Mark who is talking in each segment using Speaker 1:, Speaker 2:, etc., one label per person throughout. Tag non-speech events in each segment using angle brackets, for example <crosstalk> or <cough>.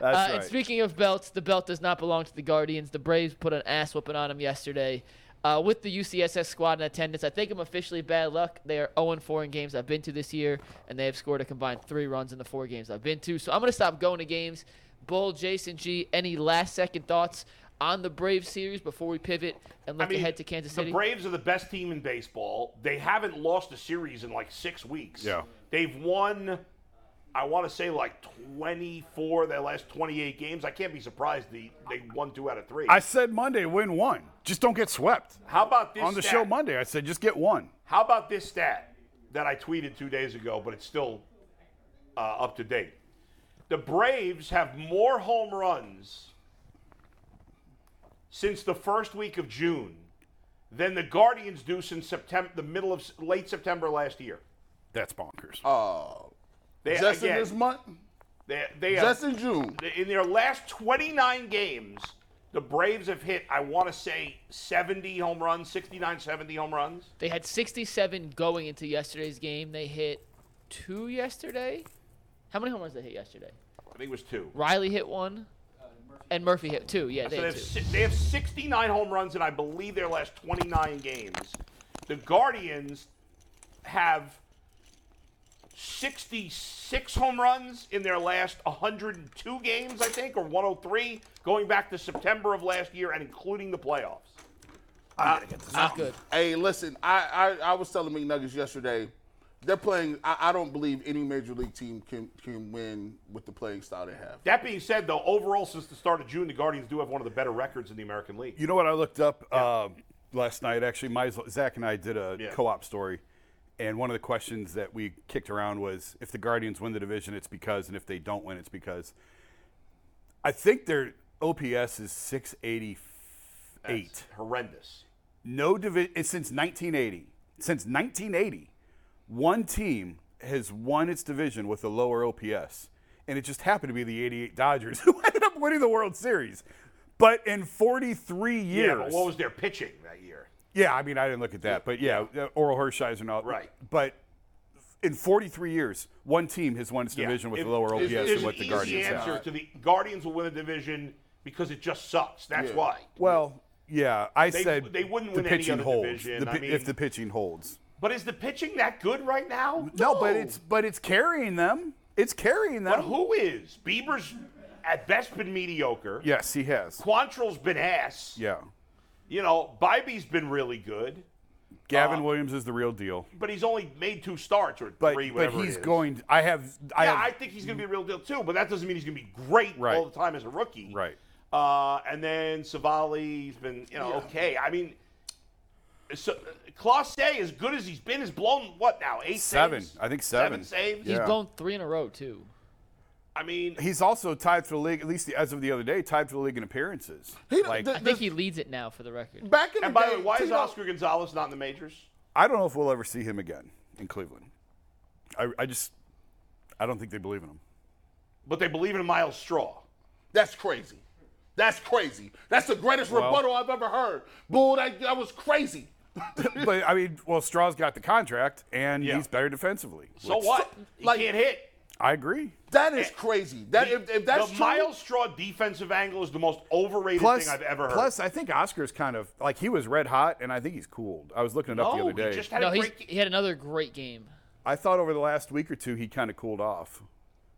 Speaker 1: That's
Speaker 2: uh, And
Speaker 1: right.
Speaker 2: speaking of belts, the belt does not belong to the Guardians. The Braves put an ass whooping on them yesterday. Uh, with the UCSS squad in attendance, I think I'm officially bad luck. They are 0 4 in games I've been to this year, and they have scored a combined three runs in the four games I've been to. So I'm going to stop going to games. Bull, Jason G, any last second thoughts on the Braves series before we pivot and look ahead to Kansas City?
Speaker 3: The Braves are the best team in baseball. They haven't lost a series in like six weeks.
Speaker 1: Yeah.
Speaker 3: They've won, I want to say like 24 of their last 28 games. I can't be surprised they, they won two out of three.
Speaker 1: I said Monday, win one. Just don't get swept.
Speaker 3: How about this
Speaker 1: On the
Speaker 3: stat?
Speaker 1: show Monday, I said just get one.
Speaker 3: How about this stat that I tweeted two days ago, but it's still uh, up to date? The Braves have more home runs since the first week of June than the Guardians do since September, the middle of s- late September last year.
Speaker 1: That's bonkers.
Speaker 3: They,
Speaker 4: Just Oh, in
Speaker 3: again,
Speaker 4: this month.
Speaker 3: they, they have-
Speaker 4: Just in June.
Speaker 3: in their last 29 games, the Braves have hit, I want to say, 70 home runs, 69, 70 home runs.
Speaker 2: They had 67 going into yesterday's game. They hit two yesterday. How many home runs did they hit yesterday?
Speaker 3: I think it was two.
Speaker 2: Riley hit one, and Uh, Murphy hit two. Yeah, they
Speaker 3: So they
Speaker 2: hit
Speaker 3: have,
Speaker 2: two.
Speaker 3: si- they have 69 home runs in, I believe, their last 29 games. The Guardians have 66 home runs in their last 102 games, I think, or 103, going back to September of last year and including the playoffs.
Speaker 2: Not good.
Speaker 4: Hey, listen, I, I, I was telling McNuggets yesterday, they're playing. I, I don't believe any major league team can, can win with the playing style they have.
Speaker 3: That being said, though, overall, since the start of June, the Guardians do have one of the better records in the American League.
Speaker 1: You know what I looked up uh, last night? Actually, my, Zach and I did a
Speaker 3: Yeah.
Speaker 1: co-op story, and one of the questions that we kicked around was if the Guardians win the division, it's because, and if they don't win, it's because. I think their OPS is 688.
Speaker 3: That's Horrendous.
Speaker 1: No division it's since 1980. Since 1980, one team has won its division with a lower OPS, and it just happened to be the 88 Dodgers <laughs> who ended up winning the World Series. But in 43 years,
Speaker 3: Yeah, but what was their pitching that year?
Speaker 1: yeah, I mean, I didn't look at that, but yeah, uh, Oral Hershiser and all.
Speaker 3: Right.
Speaker 1: But in 43 years, one team has won its division with
Speaker 3: If-
Speaker 1: a lower OPS
Speaker 3: there's- there's
Speaker 1: than
Speaker 3: an
Speaker 1: what the
Speaker 3: easy
Speaker 1: Guardians
Speaker 3: answer
Speaker 1: have.
Speaker 3: to the Guardians will win the division because it just sucks. That's why.
Speaker 1: Well, yeah, I said
Speaker 3: they wouldn't
Speaker 1: the
Speaker 3: win any
Speaker 1: pitching
Speaker 3: other
Speaker 1: holds.
Speaker 3: division,
Speaker 1: The
Speaker 3: I
Speaker 1: pi-
Speaker 3: mean-
Speaker 1: if the pitching holds.
Speaker 3: But is the pitching that good right now?
Speaker 1: No, but it's but it's carrying them. It's carrying them.
Speaker 3: But who is? Bieber's at best been mediocre.
Speaker 1: Yes, he has.
Speaker 3: Quantrill's been ass.
Speaker 1: Yeah.
Speaker 3: You know, Bybee's been really good, Uh,
Speaker 1: Gavin Williams is the real deal.
Speaker 3: but he's only made two starts or
Speaker 1: But
Speaker 3: three,
Speaker 1: but
Speaker 3: whatever. it
Speaker 1: he's
Speaker 3: is.
Speaker 1: going I have I
Speaker 3: Yeah,
Speaker 1: have,
Speaker 3: I think he's going to be a real deal too, but that doesn't mean he's going to be great
Speaker 1: Right.
Speaker 3: all the time as a rookie.
Speaker 1: Right.
Speaker 3: Uh, and then Savali's been, you know, okay. I mean, so Class A, as good as he's been, has blown what now? Eight
Speaker 1: Seven.
Speaker 3: saves?
Speaker 1: I think seven.
Speaker 3: saves.
Speaker 1: Yeah.
Speaker 2: He's blown three in a row too.
Speaker 3: I mean,
Speaker 1: he's also tied for the league at least as of the other day tied for the league in appearances.
Speaker 4: He-
Speaker 1: like
Speaker 4: the-
Speaker 2: I think he leads it now for the record.
Speaker 4: Back in the
Speaker 3: and by
Speaker 4: day,
Speaker 3: the way, why is
Speaker 4: Tito-
Speaker 3: Oscar Gonzalez not in the majors?
Speaker 1: I don't know if we'll ever see him again in Cleveland. I I just I don't think they believe in <laughs> him.
Speaker 3: But they believe in Miles Straw.
Speaker 4: That's crazy. That's crazy. That's the greatest rebuttal I've ever heard. Bull, that, that was crazy.
Speaker 1: but I mean, well, Straw's got the contract and
Speaker 3: Yeah.
Speaker 1: he's better defensively.
Speaker 3: So
Speaker 1: which-
Speaker 3: what? He
Speaker 4: like-
Speaker 3: can't hit.
Speaker 1: I agree.
Speaker 4: That is crazy. That if, if that's
Speaker 3: Eh, the
Speaker 4: true,
Speaker 3: Miles Straw defensive angle is the most overrated
Speaker 1: Plus,
Speaker 3: thing I've ever heard.
Speaker 1: plus, I think Oscar's kind of like he was red hot, and I think he's cooled. I was looking it up
Speaker 3: no,
Speaker 1: the other
Speaker 3: he
Speaker 1: day.
Speaker 3: just had
Speaker 2: No,
Speaker 3: a
Speaker 2: he's,
Speaker 3: great.
Speaker 2: he had another great game.
Speaker 1: I thought over the last week or two he kind of cooled off,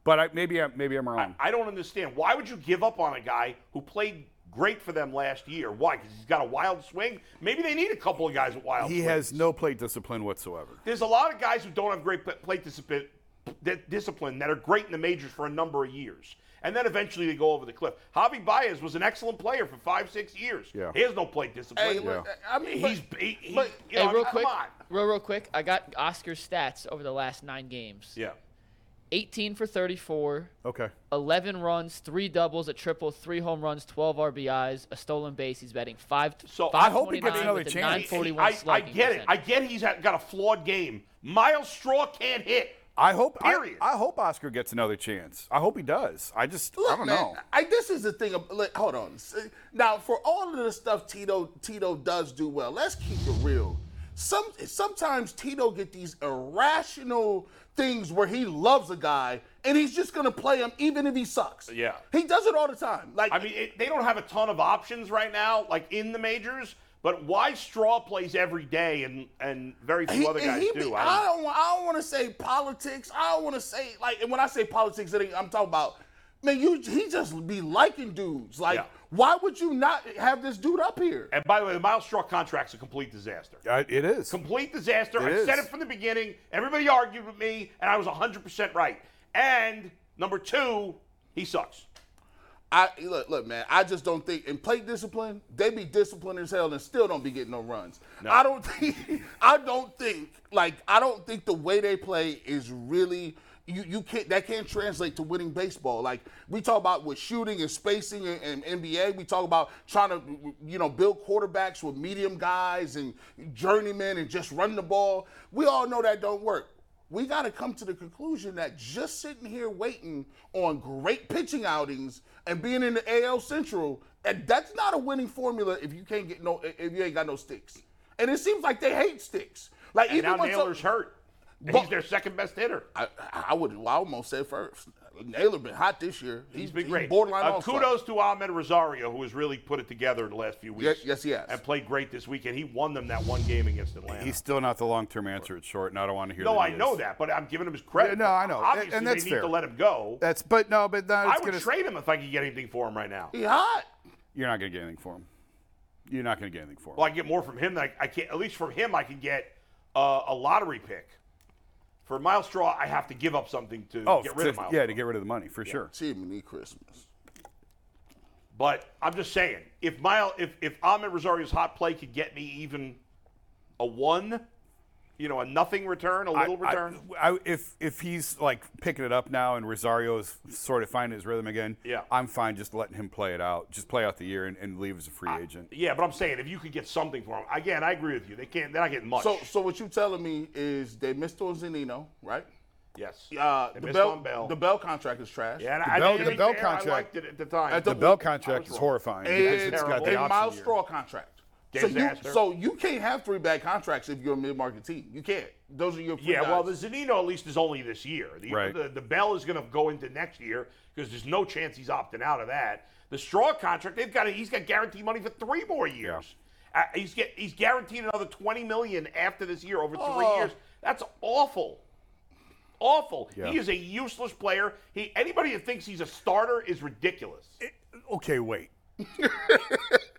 Speaker 1: but I, maybe I, maybe I'm wrong.
Speaker 3: I don't understand. Why would you give up on a guy who played great for them last year? Why? Because he's got a wild swing. Maybe they need a couple of guys with wild.
Speaker 1: he
Speaker 3: swings.
Speaker 1: has no plate discipline whatsoever.
Speaker 3: There's a lot of guys who don't have great pl- plate discipline, that discipline that are great in the majors for a number of years, and then eventually they go over the cliff. Javi Baez was an excellent player for five, six years.
Speaker 1: Yeah.
Speaker 3: He has no plate discipline.
Speaker 4: Hey, look, I mean,
Speaker 3: he's
Speaker 4: but-
Speaker 3: he, he,
Speaker 4: but-
Speaker 3: you know,
Speaker 2: hey, real
Speaker 3: come
Speaker 2: quick,
Speaker 3: on.
Speaker 2: real real quick. I got Oscar's stats over the last nine games.
Speaker 3: Yeah.
Speaker 2: 18 for 34,
Speaker 1: Okay.
Speaker 2: 11 runs, three doubles, a triple, three home runs, 12 RBIs, a stolen base. He's batting five.
Speaker 3: So,
Speaker 1: I hope he gets
Speaker 2: 529
Speaker 1: another
Speaker 2: with a
Speaker 1: chance.
Speaker 3: He- he-
Speaker 2: 941
Speaker 3: I, I
Speaker 2: slugging
Speaker 3: get it. I
Speaker 2: percentage.
Speaker 3: get he's had, got a flawed game. Miles Straw can't hit.
Speaker 1: I hope. I,
Speaker 3: Period.
Speaker 1: I hope Oscar gets another chance. I hope he does. I just I
Speaker 4: Look,
Speaker 1: don't
Speaker 4: man,
Speaker 1: know.
Speaker 4: I, this is the thing. Of, like, hold on. S- Now, for all of the stuff Tito Tito does do well, let's keep it real. Some sometimes Tito get these irrational things where he loves a guy and he's just gonna play him even if he sucks.
Speaker 3: Yeah.
Speaker 4: he does it all the time. Like
Speaker 3: I mean, it, they don't have a ton of options right now, like in the majors. But why Straw plays every day and and very few
Speaker 4: he-
Speaker 3: other
Speaker 4: and
Speaker 3: guys
Speaker 4: he be-
Speaker 3: do?
Speaker 4: I don't. wa- I don't want to say politics. I don't want to say like. And when I say politics, it ain't- I'm talking about man. You he just be liking dudes. Like,
Speaker 3: Yeah.
Speaker 4: why would you not have this dude up here?
Speaker 3: and by the way, the Miles Straw contract's a complete disaster.
Speaker 1: Uh, it is.
Speaker 3: Complete disaster. I
Speaker 1: It
Speaker 3: said
Speaker 1: is.
Speaker 3: it from the beginning. Everybody argued with me, and I was 100% right. And number two, he sucks.
Speaker 4: I look, look, man. I just don't think in plate discipline they be disciplined as hell and still don't be getting no runs. I don't <laughs> think. I don't think like I don't think the way they play is really. You, you can't that can't translate to winning baseball. Like we talk about with shooting and spacing and, and NBA, we talk about trying to you know build quarterbacks with medium guys and journeymen and just run the ball. We all know that don't work we got to come to the conclusion that just sitting here waiting on great pitching outings and being in the AL Central, and that's not a winning formula if you can't get no if you ain't got no sticks. And it seems like they hate sticks. Like
Speaker 3: And
Speaker 4: even
Speaker 3: now
Speaker 4: when some-
Speaker 3: Naylor's hurt. And
Speaker 4: But-
Speaker 3: he's their second best hitter.
Speaker 4: I, I would well, I almost said first. Naylor been hot this year.
Speaker 3: He's been great.
Speaker 4: Borderline
Speaker 3: Uh,
Speaker 4: all-star.
Speaker 3: kudos to Ahmed Rosario, who has really put it together in the last few weeks.
Speaker 4: Yes- yes, he has.
Speaker 3: And played great this weekend. He won them that one game against Atlanta.
Speaker 1: He's still not the long-term answer at short, and I don't want to hear.
Speaker 3: no,
Speaker 1: that
Speaker 3: I
Speaker 1: he
Speaker 3: know
Speaker 1: is.
Speaker 3: that, but I'm giving him his credit.
Speaker 1: Yeah, no, I know. And-
Speaker 3: Obviously,
Speaker 1: and that's
Speaker 3: they need
Speaker 1: fair.
Speaker 3: to let him go.
Speaker 1: That's but no, but that's
Speaker 3: I would
Speaker 1: gonna,
Speaker 3: trade him if I could get anything for him right now.
Speaker 4: He hot.
Speaker 1: You're not going to get anything for him. You're not going to get anything for him.
Speaker 3: Well, I can get more from him than I, I can't. At least from him, I can get uh, a lottery pick. For Miles Straw, I have to give up something to
Speaker 1: oh,
Speaker 3: get rid
Speaker 1: to-
Speaker 3: of Miles.
Speaker 1: yeah,
Speaker 3: Straw.
Speaker 1: to get rid of the money for sure.
Speaker 4: Jiminy Christmas.
Speaker 3: But I'm just saying, if Miles, if if Ahmed Rosario's hot play could get me even a one, you know, a nothing return, a
Speaker 1: I-
Speaker 3: little
Speaker 1: I-
Speaker 3: return.
Speaker 1: I- if if he's like picking it up now and Rosario is sort of finding his rhythm again,
Speaker 3: Yeah.
Speaker 1: I'm fine just letting him play it out, just play out the year and, and leave as a free agent.
Speaker 3: yeah, but I'm saying if you could get something for him, again, I agree with you. They can't. They're not getting much.
Speaker 4: So so what you telling me is they missed on Zanino, right?
Speaker 3: yes.
Speaker 4: Uh,
Speaker 3: They
Speaker 4: the
Speaker 3: missed
Speaker 4: Bell,
Speaker 3: on Bell.
Speaker 4: the Bell contract is trash.
Speaker 3: yeah, and
Speaker 1: The
Speaker 3: I,
Speaker 1: Bell-
Speaker 3: to
Speaker 1: the
Speaker 3: be
Speaker 1: Bell
Speaker 3: fair,
Speaker 1: contract-
Speaker 3: I liked it at the time.
Speaker 4: At
Speaker 1: The Bell contract
Speaker 3: I
Speaker 1: is
Speaker 3: was wrong.
Speaker 1: horrifying because
Speaker 4: and,
Speaker 1: it's got
Speaker 3: terrible.
Speaker 1: the
Speaker 4: and
Speaker 1: option
Speaker 4: Miles
Speaker 1: year.
Speaker 4: Straw contract. So you,
Speaker 3: Disaster.
Speaker 4: so you can't have three bad contracts if you're a mid-market team. You can't. Those are your free
Speaker 3: Yeah, well, the
Speaker 4: guys.
Speaker 3: Zanino at least is only this year. The,
Speaker 1: Right.
Speaker 3: the, the Bell is going to go into next year because there's no chance he's opting out of that. The Straw contract, they've got he's got guaranteed money for three more years. Uh, he's get he's guaranteed another 20 million after this year over three
Speaker 4: Oh.
Speaker 3: years. That's awful. Awful.
Speaker 1: Yeah.
Speaker 3: He is a useless player. He anybody that thinks he's a starter is ridiculous.
Speaker 1: Okay, wait.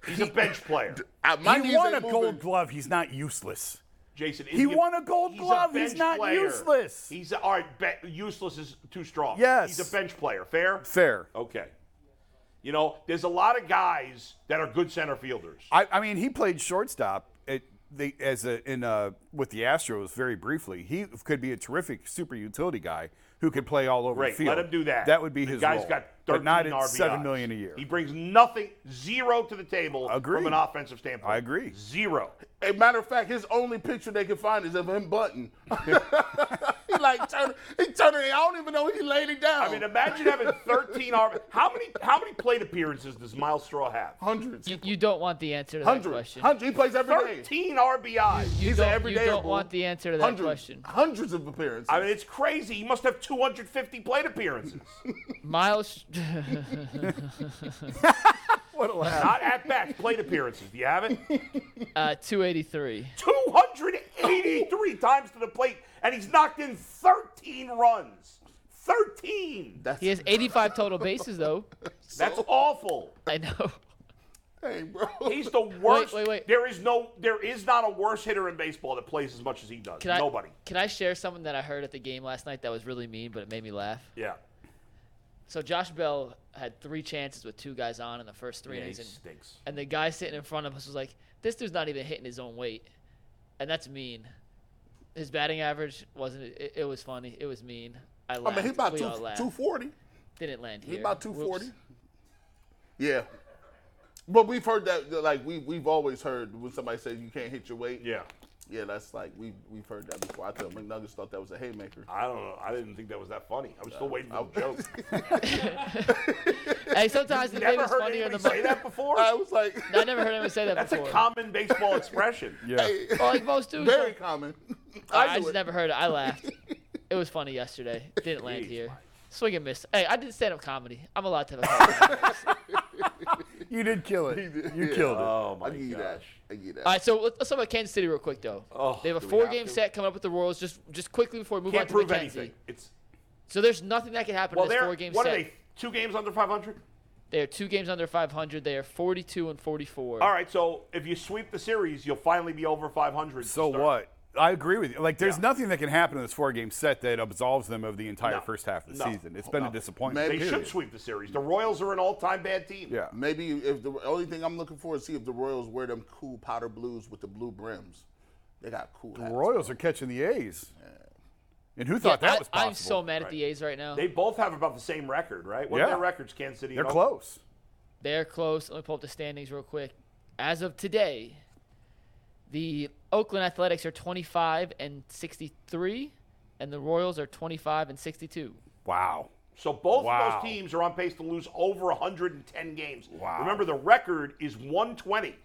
Speaker 3: He's a bench player.
Speaker 4: Uh, my knees
Speaker 1: he won a
Speaker 4: ain't
Speaker 1: gold
Speaker 4: moving.
Speaker 1: glove. He's not useless.
Speaker 3: Jason, is
Speaker 1: He won a Gold
Speaker 3: he's a
Speaker 1: Glove. He's
Speaker 3: bench
Speaker 1: not
Speaker 3: player.
Speaker 1: useless.
Speaker 3: He's all right. Be, useless is too strong.
Speaker 1: Yes.
Speaker 3: he's a bench player. Fair.
Speaker 1: Fair.
Speaker 3: Okay. You know, there's a lot of guys that are good center fielders.
Speaker 1: I, I mean, he played shortstop at the, as a in uh with the Astros very briefly. He could be a terrific super utility guy who could play all over
Speaker 3: Great,
Speaker 1: the field.
Speaker 3: let him do that.
Speaker 1: That would be
Speaker 3: the
Speaker 1: his
Speaker 3: Guy's
Speaker 1: role,
Speaker 3: got 13
Speaker 1: but not at
Speaker 3: RBIs.
Speaker 1: seven million a year.
Speaker 3: He brings nothing, zero to the table
Speaker 1: Agreed.
Speaker 3: from an offensive standpoint.
Speaker 1: I agree.
Speaker 3: Zero.
Speaker 4: A matter of fact, his only picture they could find is of him bunting. <laughs> he like turn, he turned it. I don't even know he laid it down.
Speaker 3: I mean, imagine having 13 RBIs. How many how many plate appearances does Miles Straw have?
Speaker 4: hundreds,
Speaker 2: You, you don't want the answer to that
Speaker 4: hundreds,
Speaker 2: question.
Speaker 4: hundreds. He plays every day.
Speaker 3: 13 RBIs.
Speaker 2: You
Speaker 4: He's
Speaker 2: don't,
Speaker 4: an everyday.
Speaker 2: you don't want the answer to that
Speaker 4: hundreds,
Speaker 2: question.
Speaker 4: Hundreds of appearances.
Speaker 3: I mean, it's crazy. He must have 250 plate appearances.
Speaker 2: Miles, <laughs>
Speaker 3: Not at bats, plate appearances. Do you have it?
Speaker 2: uh, 283.
Speaker 3: 283 times to the plate, and he's knocked in 13 runs. 13.
Speaker 4: that's
Speaker 2: He has 85 total bases, though.
Speaker 3: That's awful.
Speaker 2: I know.
Speaker 4: hey, bro.
Speaker 3: He's the worst.
Speaker 2: wait, wait.
Speaker 3: There is no, there is not a worse hitter in baseball that plays as much as he does.
Speaker 2: Can I,
Speaker 3: Nobody.
Speaker 2: Can I share something that I heard at the game last night that was really mean, but it made me laugh?
Speaker 3: Yeah.
Speaker 2: So Josh Bell had three chances with two guys on in the first three
Speaker 3: Yeah, he
Speaker 2: innings, and,
Speaker 3: stinks.
Speaker 2: and the guy sitting in front of us was like, "This dude's not even hitting his own weight," and that's mean. His batting average wasn't. It, it was funny. It was mean. I
Speaker 4: I
Speaker 2: laughed.
Speaker 4: mean, he about
Speaker 2: we
Speaker 4: two,
Speaker 2: all laughed.
Speaker 4: 240.
Speaker 2: Didn't land here.
Speaker 4: He about
Speaker 2: Whoops.
Speaker 4: 240. Yeah. But we've heard that, that, like we we've always heard when somebody says you can't hit your weight.
Speaker 3: Yeah.
Speaker 4: Yeah, that's like we we've heard that before. I thought McNuggets thought that was a haymaker.
Speaker 3: I don't know. I didn't think that was that funny. I was still waiting for the
Speaker 2: <laughs>
Speaker 3: joke.
Speaker 2: Hey,
Speaker 3: <laughs>
Speaker 2: sometimes the thing
Speaker 3: Never
Speaker 2: is
Speaker 3: heard
Speaker 2: funnier
Speaker 3: anybody
Speaker 2: than the. <laughs>
Speaker 3: say that before.
Speaker 4: I
Speaker 3: <laughs>
Speaker 4: was like,
Speaker 2: I never heard anyone say that
Speaker 3: That's a
Speaker 2: before.
Speaker 3: common
Speaker 2: <laughs>
Speaker 3: baseball expression.
Speaker 1: yeah.
Speaker 2: Well, like most dudes.
Speaker 4: <laughs> very
Speaker 2: Very
Speaker 3: <laughs>
Speaker 4: common.
Speaker 2: I,
Speaker 4: do
Speaker 2: just
Speaker 4: it.
Speaker 2: never heard it. I laughed. it was funny yesterday. Didn't land
Speaker 3: Jeez,
Speaker 2: here.
Speaker 3: Mike.
Speaker 2: Swing and miss. Hey, I did stand up comedy. I'm allowed to have a comedy.
Speaker 3: <laughs>
Speaker 1: You did kill it. You
Speaker 4: Yeah.
Speaker 1: killed it.
Speaker 3: Oh
Speaker 4: I
Speaker 3: my
Speaker 4: give you that.
Speaker 3: gosh.
Speaker 4: I give you that.
Speaker 2: All right, so let's let's talk about Kansas City real quick though.
Speaker 3: Oh,
Speaker 2: they have a
Speaker 3: do we
Speaker 2: four-game
Speaker 3: have to?
Speaker 2: set coming up with the Royals. Just just quickly before we move
Speaker 3: Can't
Speaker 2: on to
Speaker 3: prove
Speaker 2: McKenzie.
Speaker 3: anything. It's
Speaker 2: So there's nothing that can happen
Speaker 3: well,
Speaker 2: in this
Speaker 3: they're
Speaker 2: four-game
Speaker 3: what
Speaker 2: set.
Speaker 3: are they? Two games under 500.
Speaker 2: They are two games under 500. They are 42 and 44.
Speaker 3: All right, so if you sweep the series, you'll finally be over 500. to
Speaker 1: So
Speaker 3: start.
Speaker 1: what? I agree with you. Like, there's
Speaker 3: Yeah.
Speaker 1: nothing that can happen in this four-game set that absolves them of the entire
Speaker 3: No.
Speaker 1: first half of the
Speaker 3: No.
Speaker 1: season. It's been a
Speaker 3: No.
Speaker 1: disappointment.
Speaker 3: They
Speaker 1: period.
Speaker 3: should sweep the series. The Royals are an all-time bad team.
Speaker 1: Yeah.
Speaker 4: Maybe if the only thing I'm looking for is see if the Royals wear them cool powder blues with the blue brims. They got cool.
Speaker 1: The
Speaker 4: hats.
Speaker 1: Royals are catching the A's. And who
Speaker 2: Yeah,
Speaker 1: thought that
Speaker 2: I,
Speaker 1: was possible?
Speaker 2: I'm so mad at the A's right now.
Speaker 3: They both have about the same record, right? What are
Speaker 1: Yeah.
Speaker 3: their records, Kansas City?
Speaker 1: They're
Speaker 3: and Oakland?
Speaker 1: close.
Speaker 2: They're close. Let me pull up the standings real quick. As of today, the Oakland Athletics are 25 and 63, and the Royals are 25 and 62.
Speaker 1: Wow.
Speaker 3: So both
Speaker 1: Wow.
Speaker 3: of those teams are on pace to lose over 110 games.
Speaker 1: Wow.
Speaker 3: Remember, the record is 120.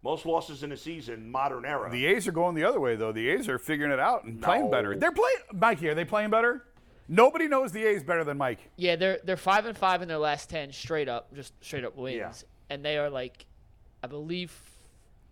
Speaker 3: Most losses in a season, modern era.
Speaker 1: The A's are going the other way, though. The A's are figuring it out and playing better. They're playing. Mikey, are they playing better? Nobody knows the A's better than Mike.
Speaker 2: Yeah, they're they're five and five in their last 10 straight up, just straight up wins, and they are like, I believe,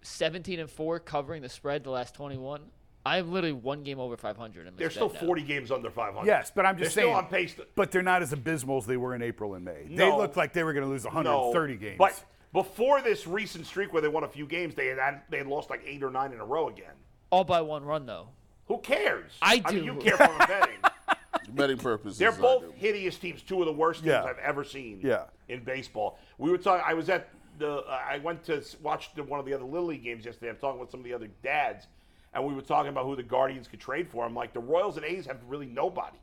Speaker 2: 17 and four covering the spread the last 21. I'm literally one game over 500. in this
Speaker 3: They're still
Speaker 2: bet now.
Speaker 3: 40 games under 500.
Speaker 1: Yes, but I'm just
Speaker 3: They're
Speaker 1: saying.
Speaker 3: still on pace. To,
Speaker 1: But they're not as abysmal as they were in April and May. They
Speaker 3: No.
Speaker 1: looked like they were going to lose 130
Speaker 3: no,
Speaker 1: games.
Speaker 3: But before this recent streak where they won a few games, they had had, they had lost like eight or nine in a row again.
Speaker 2: all by one run though.
Speaker 3: Who cares?
Speaker 2: I
Speaker 3: I mean,
Speaker 2: do.
Speaker 3: you care for the
Speaker 1: <laughs>
Speaker 3: betting.
Speaker 4: betting purposes.
Speaker 3: They're
Speaker 4: I
Speaker 3: both
Speaker 4: do.
Speaker 3: hideous teams. Two of the worst teams
Speaker 1: Yeah.
Speaker 3: I've ever seen.
Speaker 1: Yeah.
Speaker 3: In baseball, we were talking. I was at the. I went to s- watch the, one of the other Little League games yesterday. I'm talking with some of the other dads, and we were talking about who the Guardians could trade for. I'm like, the Royals and A's have really nobody.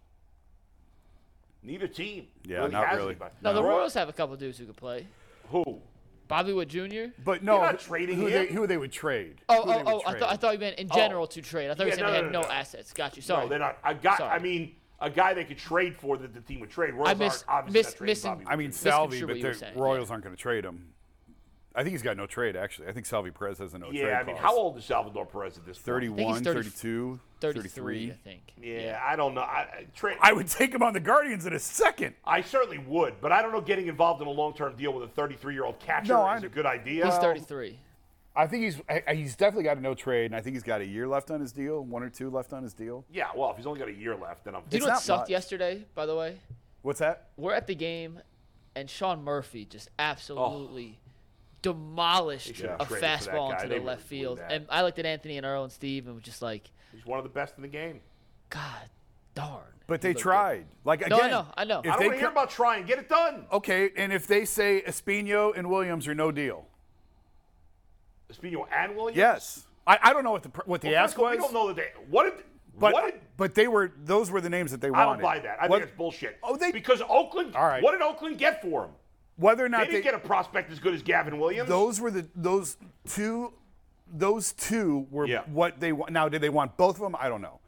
Speaker 3: Neither team.
Speaker 1: Yeah,
Speaker 3: really
Speaker 1: not
Speaker 3: has
Speaker 1: really.
Speaker 3: anybody.
Speaker 2: No, the
Speaker 3: Roy-
Speaker 2: Royals have a couple dudes who could play.
Speaker 3: Who?
Speaker 2: Bobby Wood Jr.
Speaker 1: But no,
Speaker 3: You're not trading
Speaker 1: who,
Speaker 3: him.
Speaker 1: They, who they would trade.
Speaker 2: Oh,
Speaker 1: Who they
Speaker 2: oh,
Speaker 1: would
Speaker 2: oh! I
Speaker 1: trade.
Speaker 2: thought I thought you meant in general to trade. I thought
Speaker 3: Yeah,
Speaker 2: you said they
Speaker 3: no,
Speaker 2: had
Speaker 3: no,
Speaker 2: no,
Speaker 3: no, no.
Speaker 2: assets. Got you. Sorry.
Speaker 3: No, they're not. I got.
Speaker 2: Sorry.
Speaker 3: I mean, a guy they could trade for that the team would trade. Royals
Speaker 2: I miss-
Speaker 3: aren't obviously
Speaker 2: miss-
Speaker 3: not trading
Speaker 2: missing-
Speaker 3: Bobby
Speaker 1: I mean,
Speaker 2: Misconstrue
Speaker 1: Salvi,
Speaker 2: what
Speaker 1: but
Speaker 2: you were
Speaker 1: the
Speaker 2: saying, yeah.
Speaker 1: Royals aren't going to trade him. I think he's got no trade, actually. I think Salvi Perez has a no trade.
Speaker 3: yeah. I mean,
Speaker 1: clause.
Speaker 3: how old is Salvador Perez at this point?
Speaker 1: 31,
Speaker 2: I think he's
Speaker 1: 32,
Speaker 2: 33,
Speaker 1: 33.
Speaker 2: I think.
Speaker 3: Yeah, I don't know. I, I- trade.
Speaker 1: I would take him on the Guardians in a second.
Speaker 3: I certainly would, but I don't know getting involved in a long-term deal with a 33-year-old catcher
Speaker 1: No, I
Speaker 3: is a
Speaker 1: under-
Speaker 3: good idea.
Speaker 2: He's 33.
Speaker 1: I think he's I- I- he's definitely got a no trade, and I think he's got a year left on his deal, one or two left on his deal.
Speaker 3: Yeah, well, if he's only got a year left, then I'm.
Speaker 2: Do you know
Speaker 1: It's
Speaker 2: what
Speaker 1: not
Speaker 2: sucked
Speaker 1: much.
Speaker 2: yesterday? By the way,
Speaker 1: What's that?
Speaker 2: we're at the game, and Sean Murphy just absolutely demolished
Speaker 3: Oh. should have
Speaker 2: a
Speaker 3: traded for that
Speaker 2: fastball
Speaker 3: guy.
Speaker 2: into the
Speaker 3: They really
Speaker 2: left
Speaker 3: blew
Speaker 2: field.
Speaker 3: that.
Speaker 2: And I looked at Anthony and Earl and Steve, and was just like,
Speaker 3: he's one of the best in the game.
Speaker 2: God, darn.
Speaker 1: But
Speaker 2: He
Speaker 1: they
Speaker 2: looked good.
Speaker 1: tried. Like again,
Speaker 2: No, I know, I know.
Speaker 1: if
Speaker 2: I
Speaker 3: I don't
Speaker 1: they
Speaker 3: want to hear
Speaker 1: co-
Speaker 3: about trying. Get it done.
Speaker 1: okay, and if they say Espino and Williams are no deal,
Speaker 3: Espino and Williams.
Speaker 1: yes, I, I don't know what the pr- what the
Speaker 3: First
Speaker 1: ask
Speaker 3: of all,
Speaker 1: was.
Speaker 3: We don't know that they. What did?
Speaker 1: But
Speaker 3: what did?
Speaker 1: but they were those were the names that they
Speaker 3: I don't
Speaker 1: wanted.
Speaker 3: buy that. I
Speaker 1: What-
Speaker 3: think it's bullshit.
Speaker 1: Oh, they-
Speaker 3: because Oakland.
Speaker 1: All right.
Speaker 3: What did Oakland get for him?
Speaker 1: whether or
Speaker 3: They
Speaker 1: not
Speaker 3: didn't get a prospect as good as Gavin Williams.
Speaker 1: <laughs> those were the those two those two were
Speaker 3: Yeah.
Speaker 1: what they want now did they want both of them i don't know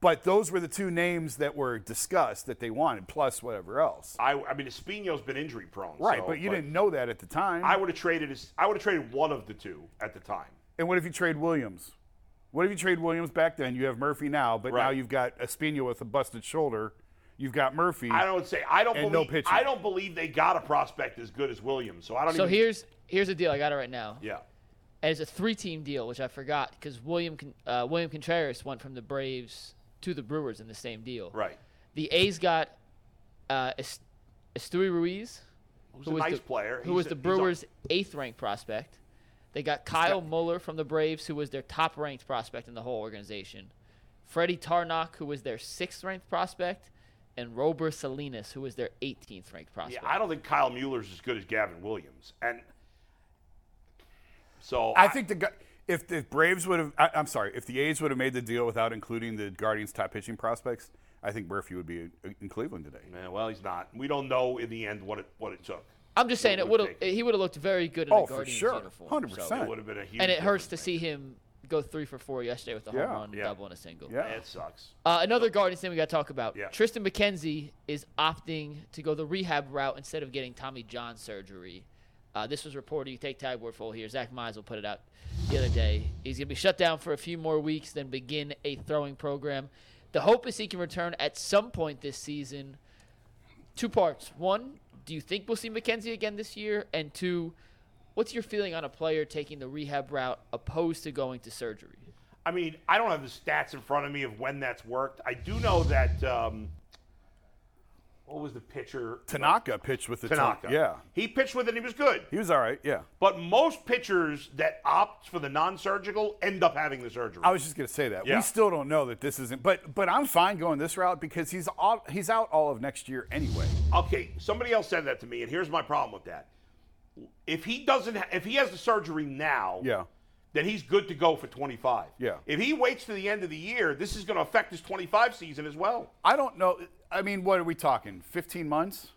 Speaker 1: but those were the two names that were discussed that they wanted plus whatever else
Speaker 3: I, I mean, Espino's been injury prone.
Speaker 1: right
Speaker 3: so-
Speaker 1: but you didn't know that at the time
Speaker 3: I would have traded. his- I would have traded one of the two at the time.
Speaker 1: and what if you trade williams what if you trade williams back then you have murphy now but now
Speaker 3: Right.
Speaker 1: you've got espino with a busted shoulder you've got murphy
Speaker 3: I don't say I don't
Speaker 1: Mm. And no
Speaker 3: believe
Speaker 1: pitching.
Speaker 3: I don't believe they got a prospect as good as Williams. So I don't
Speaker 2: So
Speaker 3: even
Speaker 2: here's here's the deal. I got it right now.
Speaker 3: yeah.
Speaker 2: and it's a three-team deal, which I forgot because William Con- uh, William Contreras went from the Braves to the Brewers in the same deal.
Speaker 3: Right.
Speaker 2: The A's got uh, Es- Estuary Ruiz,
Speaker 3: Who's a nice
Speaker 2: the,
Speaker 3: player.
Speaker 2: who
Speaker 3: He's
Speaker 2: was
Speaker 3: a-
Speaker 2: the
Speaker 3: he's a-
Speaker 2: Brewers' eighth-ranked prospect. They got Kyle Muller from the Braves, who was their top-ranked prospect in the whole organization. Freddie Tarnock, who was their sixth-ranked prospect, and Rober Salinas, who was their 18th-ranked
Speaker 3: Yeah,
Speaker 2: prospect.
Speaker 3: I don't think Kyle Mueller's as good as Gavin Williams. And so
Speaker 1: I think the gu- if the Braves would have, I, I'm sorry, if the A's would have made the deal without including the Guardians' top pitching prospects, I think Murphy would be in- in Cleveland today.
Speaker 3: Man, well, he's not. We don't know in the end what it what it took.
Speaker 2: I'm just saying it would have
Speaker 3: would've taken-
Speaker 2: he would have looked very good in
Speaker 1: Oh,
Speaker 2: a
Speaker 1: for
Speaker 2: Guardians
Speaker 1: sure,
Speaker 2: uniform.
Speaker 1: hundred
Speaker 2: so-
Speaker 1: percent.
Speaker 3: It would have been a huge
Speaker 2: and it hurts to
Speaker 3: difference,
Speaker 2: see him go three for four yesterday with a
Speaker 1: Yeah.
Speaker 2: home run,
Speaker 3: Yeah.
Speaker 2: double, and a single.
Speaker 1: Yeah.
Speaker 3: man. It sucks.
Speaker 2: Uh, another Guardians thing we got to talk about.
Speaker 3: Yeah.
Speaker 2: Tristan McKenzie is opting to go the rehab route instead of getting Tommy John surgery. Uh, this was reported. You take tag word for it here. Zach Meisel put it out the other day. He's going to be shut down for a few more weeks, then begin a throwing program. The hope is he can return at some point this season. two parts. One, do you think we'll see McKenzie again this year? And two, what's your feeling on a player taking the rehab route opposed to going to surgery?
Speaker 3: I mean, I don't have the stats in front of me of when that's worked. I do know that um, what was the pitcher?
Speaker 1: Tanaka pitched with the Tan-
Speaker 3: Tanaka.
Speaker 1: yeah,
Speaker 3: He pitched with it and he was good.
Speaker 1: he was all right. Yeah,
Speaker 3: But most pitchers that opt for the non-surgical end up having the surgery.
Speaker 1: I was just gonna say that.
Speaker 3: Yeah.
Speaker 1: We still don't know that this isn't, but but I'm fine going this route because he's all, he's out all of next year anyway.
Speaker 3: okay, somebody else said that to me, and here's my problem with that. If he doesn't, ha- if he has the surgery now,
Speaker 1: Yeah,
Speaker 3: then he's good to go for 25.
Speaker 1: Yeah.
Speaker 3: If he waits to the end of the year, this is going to affect his 25 season as well.
Speaker 1: I don't know. I mean, what are we talking? 15 months?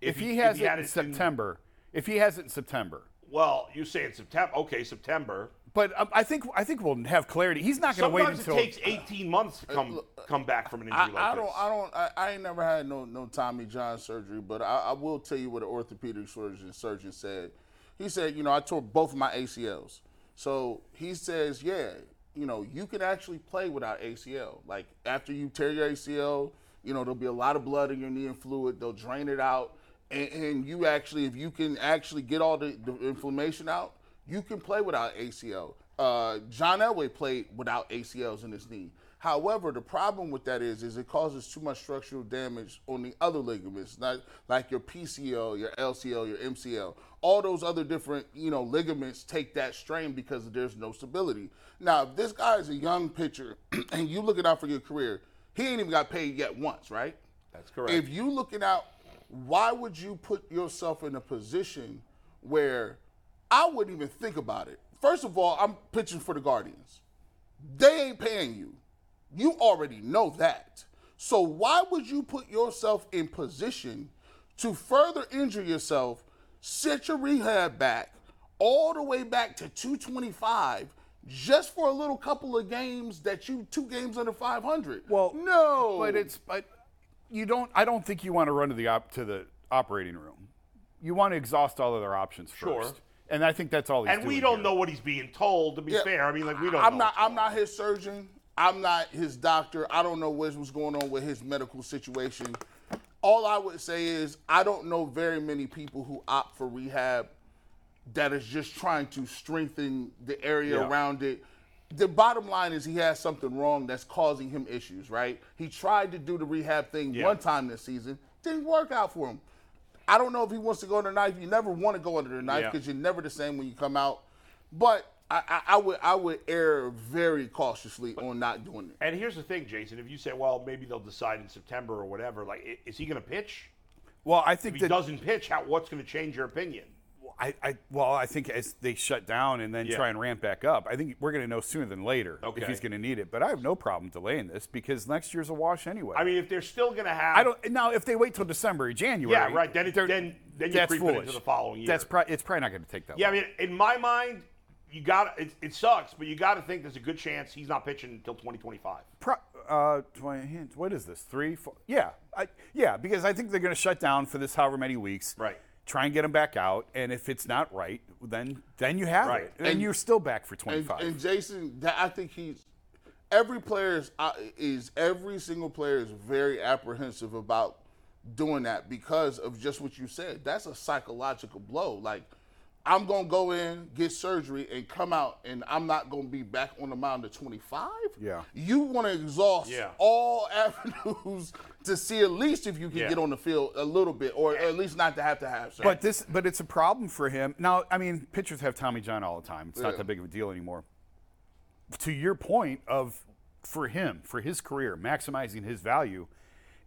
Speaker 1: If, he, has it
Speaker 3: had
Speaker 1: in
Speaker 3: in-
Speaker 1: September, if he has it in September,
Speaker 3: well, you say in September. Okay, September.
Speaker 1: but um, I think I think we'll have clarity. He's not gonna wait
Speaker 3: Sometimes
Speaker 1: until
Speaker 3: it takes 18 months to come come back from an injury
Speaker 4: I,
Speaker 3: like
Speaker 4: I
Speaker 3: this.
Speaker 4: don't, I don't, I, I ain't never had no no Tommy John surgery, but I, I will tell you what an orthopedic surgeon surgeon said. He said, you know, I tore both of my ACLs, so he says, yeah, you know, you can actually play without ACL. Like after you tear your ACL, you know, there'll be a lot of blood in your knee and fluid. They'll drain it out, and, and you actually, if you can actually get all the, the inflammation out, you can play without ACL. Uh, John Elway played without ACLs in his knee. However, the problem with that is, is it causes too much structural damage on the other ligaments, not like your PCL, your LCL, your MCL. All those other different, you know, ligaments take that strain because there's no stability. Now, if this guy is a young pitcher <clears throat> and you looking out for your career, he ain't even got paid yet once, right?
Speaker 3: That's correct.
Speaker 4: If you looking out, why would you put yourself in a position where I wouldn't even think about it? First of all, I'm pitching for the Guardians. They ain't paying you. You already know that. So why would you put yourself in position to further injure yourself, set your rehab back all the way back to 225 just for a little couple of games that you two games under 500?
Speaker 1: Well,
Speaker 4: no.
Speaker 1: But it's but you don't. I don't think you want to run to the op, to the operating room. You want to exhaust all other options
Speaker 3: Sure.
Speaker 1: first. And I think that's all he's
Speaker 3: and we
Speaker 1: doing
Speaker 3: don't
Speaker 1: here.
Speaker 3: know what he's being told. To be
Speaker 4: Yeah.
Speaker 3: fair, I mean, like we don't.
Speaker 4: I'm
Speaker 3: know what's
Speaker 4: not. I'm
Speaker 3: going on.
Speaker 4: not his surgeon. I'm not his doctor. I don't know what was going on with his medical situation. All I would say is I don't know very many people who opt for rehab that is just trying to strengthen the area
Speaker 1: Yeah.
Speaker 4: around it. The bottom line is he has something wrong that's causing him issues, right? He tried to do the rehab thing one time this season, didn't work out for him. I don't know if he wants to go under the knife. You never want to go under the knife
Speaker 1: Yeah.
Speaker 4: because you're never the same when you come out. But I, I, I would I would err very cautiously on not doing it.
Speaker 3: And here's the thing, Jason. If you say, well, maybe they'll decide in September or whatever, like, i- is he going to pitch?
Speaker 1: Well, I
Speaker 3: If
Speaker 1: think
Speaker 3: he
Speaker 1: that
Speaker 3: doesn't pitch, how, what's going to change your opinion?
Speaker 1: I, I well, I think as they shut down and then
Speaker 3: Yeah.
Speaker 1: try and ramp back up, I think we're going to know sooner than later
Speaker 3: Okay.
Speaker 1: if he's going to need it. But I have no problem delaying this because next year's a wash anyway.
Speaker 3: I mean, if they're still going to have.
Speaker 1: I don't now if they wait till December, or January.
Speaker 3: Yeah, right, then it-
Speaker 1: they're-
Speaker 3: then- then you
Speaker 1: that's
Speaker 3: creep it into
Speaker 1: foolish.
Speaker 3: the following year.
Speaker 1: That's pro- it's probably not going to take that.
Speaker 3: Yeah, I
Speaker 1: long.
Speaker 3: mean, in my mind, you got it, it sucks, but you got to think there's a good chance he's not pitching until 2025.
Speaker 1: Pro- uh, 20, hint- what is this? Three, four? Yeah, I, yeah. Because I think they're going to shut down for this however many weeks.
Speaker 3: Right.
Speaker 1: Try and get them back out, and if it's not right, then then you have
Speaker 3: Right.
Speaker 1: it, and, you're still back for
Speaker 4: And,
Speaker 1: 25.
Speaker 4: and Jason, that, I think he's every player is, uh, is every single player is very apprehensive about doing that because of just what you said. That's a psychological blow. Like I'm gonna go in, get surgery, and come out, and I'm not gonna be back on the mound at 25.
Speaker 1: Yeah.
Speaker 4: you want to exhaust
Speaker 3: Yeah.
Speaker 4: all <laughs> avenues to see at least if you can
Speaker 3: Yeah.
Speaker 4: get on the field a little bit, or at least not to have to have. Surgery.
Speaker 1: But this, but it's a problem for him. Now, I mean, pitchers have Tommy John all the time. It's not
Speaker 4: Yeah.
Speaker 1: that big of a deal anymore. To your point of, for him, for his career, maximizing his value,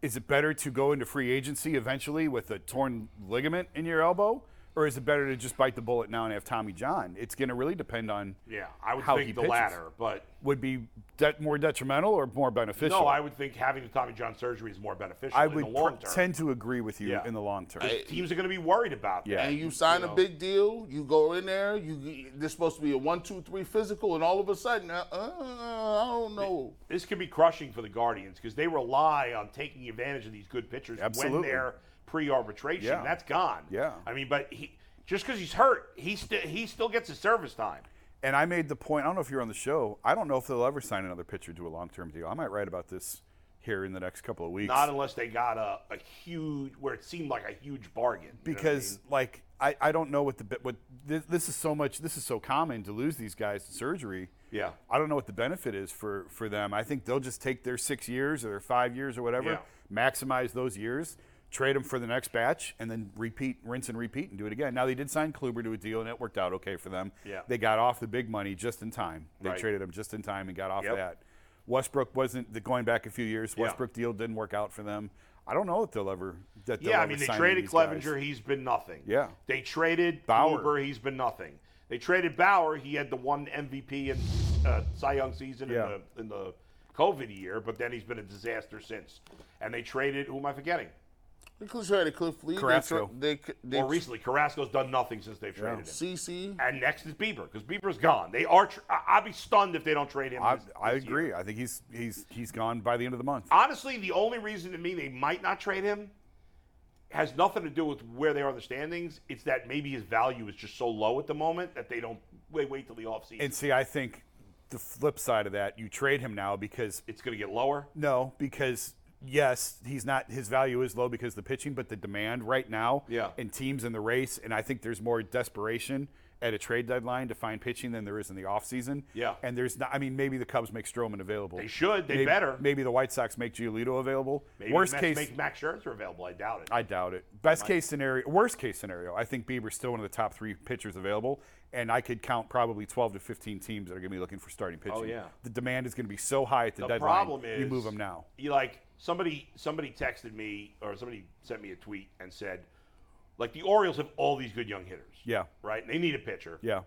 Speaker 1: is it better to go into free agency eventually with a torn ligament in your elbow, or is it better to just bite the bullet now and have Tommy John? It's going to really depend on
Speaker 3: Yeah, I would
Speaker 1: How he
Speaker 3: think the
Speaker 1: pitches.
Speaker 3: latter, but
Speaker 1: would be de- more detrimental or more beneficial.
Speaker 3: no, I would think having the Tommy John surgery is more beneficial
Speaker 1: I
Speaker 3: in
Speaker 1: would
Speaker 3: the long
Speaker 1: pr-
Speaker 3: term.
Speaker 1: tend to agree with you
Speaker 3: Yeah.
Speaker 1: in the long term.
Speaker 3: Teams are going to be worried about that.
Speaker 1: Yeah.
Speaker 4: and you sign a big deal. You go in there. You there's supposed to be a one, two, three physical, and all of a sudden, uh, uh, I don't know.
Speaker 3: This could be crushing for the Guardians because they rely on taking advantage of these good pitchers when
Speaker 1: Absolutely.
Speaker 3: they're pre-arbitration.
Speaker 1: Yeah.
Speaker 3: That's gone.
Speaker 1: Yeah.
Speaker 3: I mean, but he just because he's hurt, he still he still gets his service time.
Speaker 1: And I made the point. I don't know if you're on the show. I don't know if they'll ever sign another pitcher to a long-term deal. I might write about this here in the next couple of weeks.
Speaker 3: Not unless they got a, a huge where it seemed like a huge bargain. you know what I
Speaker 1: because
Speaker 3: mean?
Speaker 1: like I, I don't know what the be- what this, this is so much this is so common to lose these guys to surgery.
Speaker 3: Yeah.
Speaker 1: I don't know what the benefit is for for them. I think they'll just take their 6 years or their 5 years or whatever,
Speaker 3: Yeah.
Speaker 1: maximize those years, trade them for the next batch and then repeat rinse and repeat and do it again. Now they did sign Kluber to a deal and it worked out okay for them.
Speaker 3: Yeah.
Speaker 1: They got off the big money just in time. They
Speaker 3: Right.
Speaker 1: traded him just in time and got off
Speaker 3: Yep.
Speaker 1: that. Westbrook wasn't the- going back a few years.
Speaker 3: Yeah.
Speaker 1: Westbrook deal didn't work out for them. I don't know if they'll ever. That they'll
Speaker 3: yeah, I
Speaker 1: ever
Speaker 3: mean they
Speaker 1: sign any of
Speaker 3: traded
Speaker 1: these guys.
Speaker 3: Clevenger, he's been nothing.
Speaker 1: Yeah.
Speaker 3: They traded
Speaker 1: Bauer.
Speaker 3: Kluber, he's been nothing. They traded Bauer, he had the one MVP in uh, Cy Young season
Speaker 1: Yeah.
Speaker 3: in the in the COVID year, but then he's been a disaster since. And they traded who am I forgetting?
Speaker 4: They could trade a Cliff Lee.
Speaker 1: Carrasco.
Speaker 4: They, tr- they,
Speaker 3: More
Speaker 4: they
Speaker 3: recently, Carrasco's done nothing since they've traded him.
Speaker 4: CC.
Speaker 3: And next is Bieber because Bieber's gone. They are. Tr- I- I'd be stunned if they don't trade him.
Speaker 1: I,
Speaker 3: this-
Speaker 1: I
Speaker 3: this year.
Speaker 1: agree. I think he's he's he's gone by the end of the month.
Speaker 3: Honestly, the only reason to me they might not trade him has nothing to do with where they are in the standings. It's that maybe his value is just so low at the moment that they don't wait wait till the offseason.
Speaker 1: And see, I think the flip side of that, you trade him now because
Speaker 3: it's going to get lower.
Speaker 1: no, because yes, he's not his value is low because of the pitching, but the demand right now,
Speaker 3: Yeah.
Speaker 1: and teams in the race, and I think there's more desperation at a trade deadline to find pitching than there is in the offseason.
Speaker 3: Yeah.
Speaker 1: and there's not. I mean, maybe the Cubs make Stroman available.
Speaker 3: They should. They
Speaker 1: Maybe-
Speaker 3: better.
Speaker 1: Maybe the White Sox make Giolito available.
Speaker 3: Maybe
Speaker 1: Worst
Speaker 3: Mets
Speaker 1: case,
Speaker 3: make Max Scherzer available. I doubt it.
Speaker 1: I doubt it. Best case scenario, worst case scenario, I think Bieber's still one of the top three pitchers available, and I could count probably 12 to 15 teams that are going to be looking for starting pitching.
Speaker 3: Oh, yeah.
Speaker 1: The demand is going to be so high at the,
Speaker 3: The
Speaker 1: deadline.
Speaker 3: problem
Speaker 1: you
Speaker 3: is-
Speaker 1: move them now.
Speaker 3: you like somebody somebody texted me or somebody sent me a tweet and said, like the Orioles have all these good young hitters.
Speaker 1: Yeah,
Speaker 3: Right. And they need a pitcher.
Speaker 1: yeah.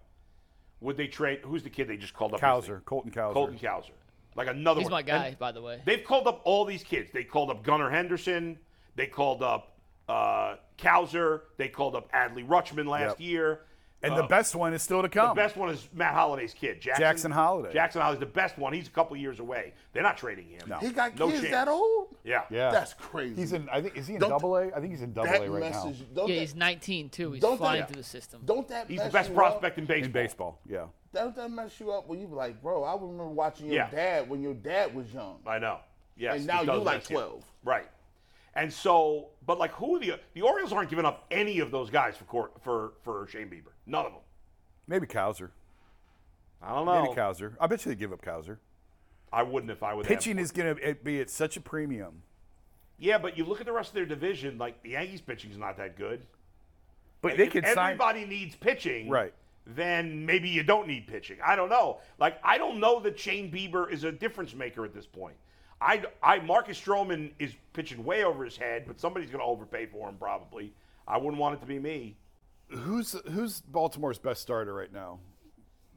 Speaker 3: Would they trade? Who's the kid they just called up?
Speaker 1: Cowser, Colton Cowser.
Speaker 3: Colton Cowser. Like another
Speaker 2: He's
Speaker 3: one.
Speaker 2: my
Speaker 3: And
Speaker 2: guy, by the way.
Speaker 3: they've called up all these kids. They called up Gunnar Henderson. They called up uh, Cowser. They called up Adley Rutschman last
Speaker 1: Yep.
Speaker 3: year.
Speaker 1: and
Speaker 3: Uh,
Speaker 1: the best one is still to
Speaker 3: the
Speaker 1: come.
Speaker 3: best one is Matt Holiday's kid, Jackson,
Speaker 1: Jackson Holliday.
Speaker 3: Jackson Holiday's the best one. He's a couple years away. They're not trading him.
Speaker 1: No.
Speaker 4: He got
Speaker 3: No
Speaker 4: kids
Speaker 3: chance.
Speaker 4: that old?
Speaker 3: Yeah.
Speaker 1: Yeah.
Speaker 4: That's crazy.
Speaker 1: He's in. I think is he in
Speaker 4: Don't-
Speaker 1: Double A? I think he's in Double
Speaker 4: that
Speaker 1: A right
Speaker 4: message.
Speaker 1: now
Speaker 4: Don't
Speaker 2: Yeah,
Speaker 4: that,
Speaker 2: he's 19 too. He's
Speaker 4: don't
Speaker 2: flying
Speaker 4: that-
Speaker 2: through the system.
Speaker 4: Don't that
Speaker 3: He's the
Speaker 4: mess
Speaker 3: best
Speaker 4: you up?
Speaker 3: prospect in baseball.
Speaker 1: in baseball. Yeah.
Speaker 4: Don't that mess you up when you be like, bro, I remember watching your
Speaker 3: Yeah.
Speaker 4: dad when your dad was young.
Speaker 3: I know. Yes.
Speaker 4: And now
Speaker 3: it
Speaker 4: you
Speaker 3: does
Speaker 4: like
Speaker 3: mess you up.
Speaker 4: 12.
Speaker 3: Right. And so, but like, who are the the Orioles aren't giving up any of those guys for court, for for Shane Bieber. None of them.
Speaker 1: Maybe Cowser.
Speaker 3: I don't
Speaker 1: Maybe Cowser. I bet you they give up Cowser.
Speaker 3: I wouldn't if I were them.
Speaker 1: Pitching is going to be at such a premium.
Speaker 3: Yeah, but you look at the rest of their division. Like the Yankees pitching's not that good.
Speaker 1: But
Speaker 3: Like,
Speaker 1: they
Speaker 3: if
Speaker 1: could sign.
Speaker 3: everybody needs pitching,
Speaker 1: Right.
Speaker 3: Then maybe you don't need pitching. I don't know. Like I don't know that Shane Bieber is a difference maker at this point. I, I Marcus Stroman is pitching way over his head, but somebody's going to overpay for him probably. I wouldn't want it to be me.
Speaker 1: Who's who's Baltimore's best starter right now?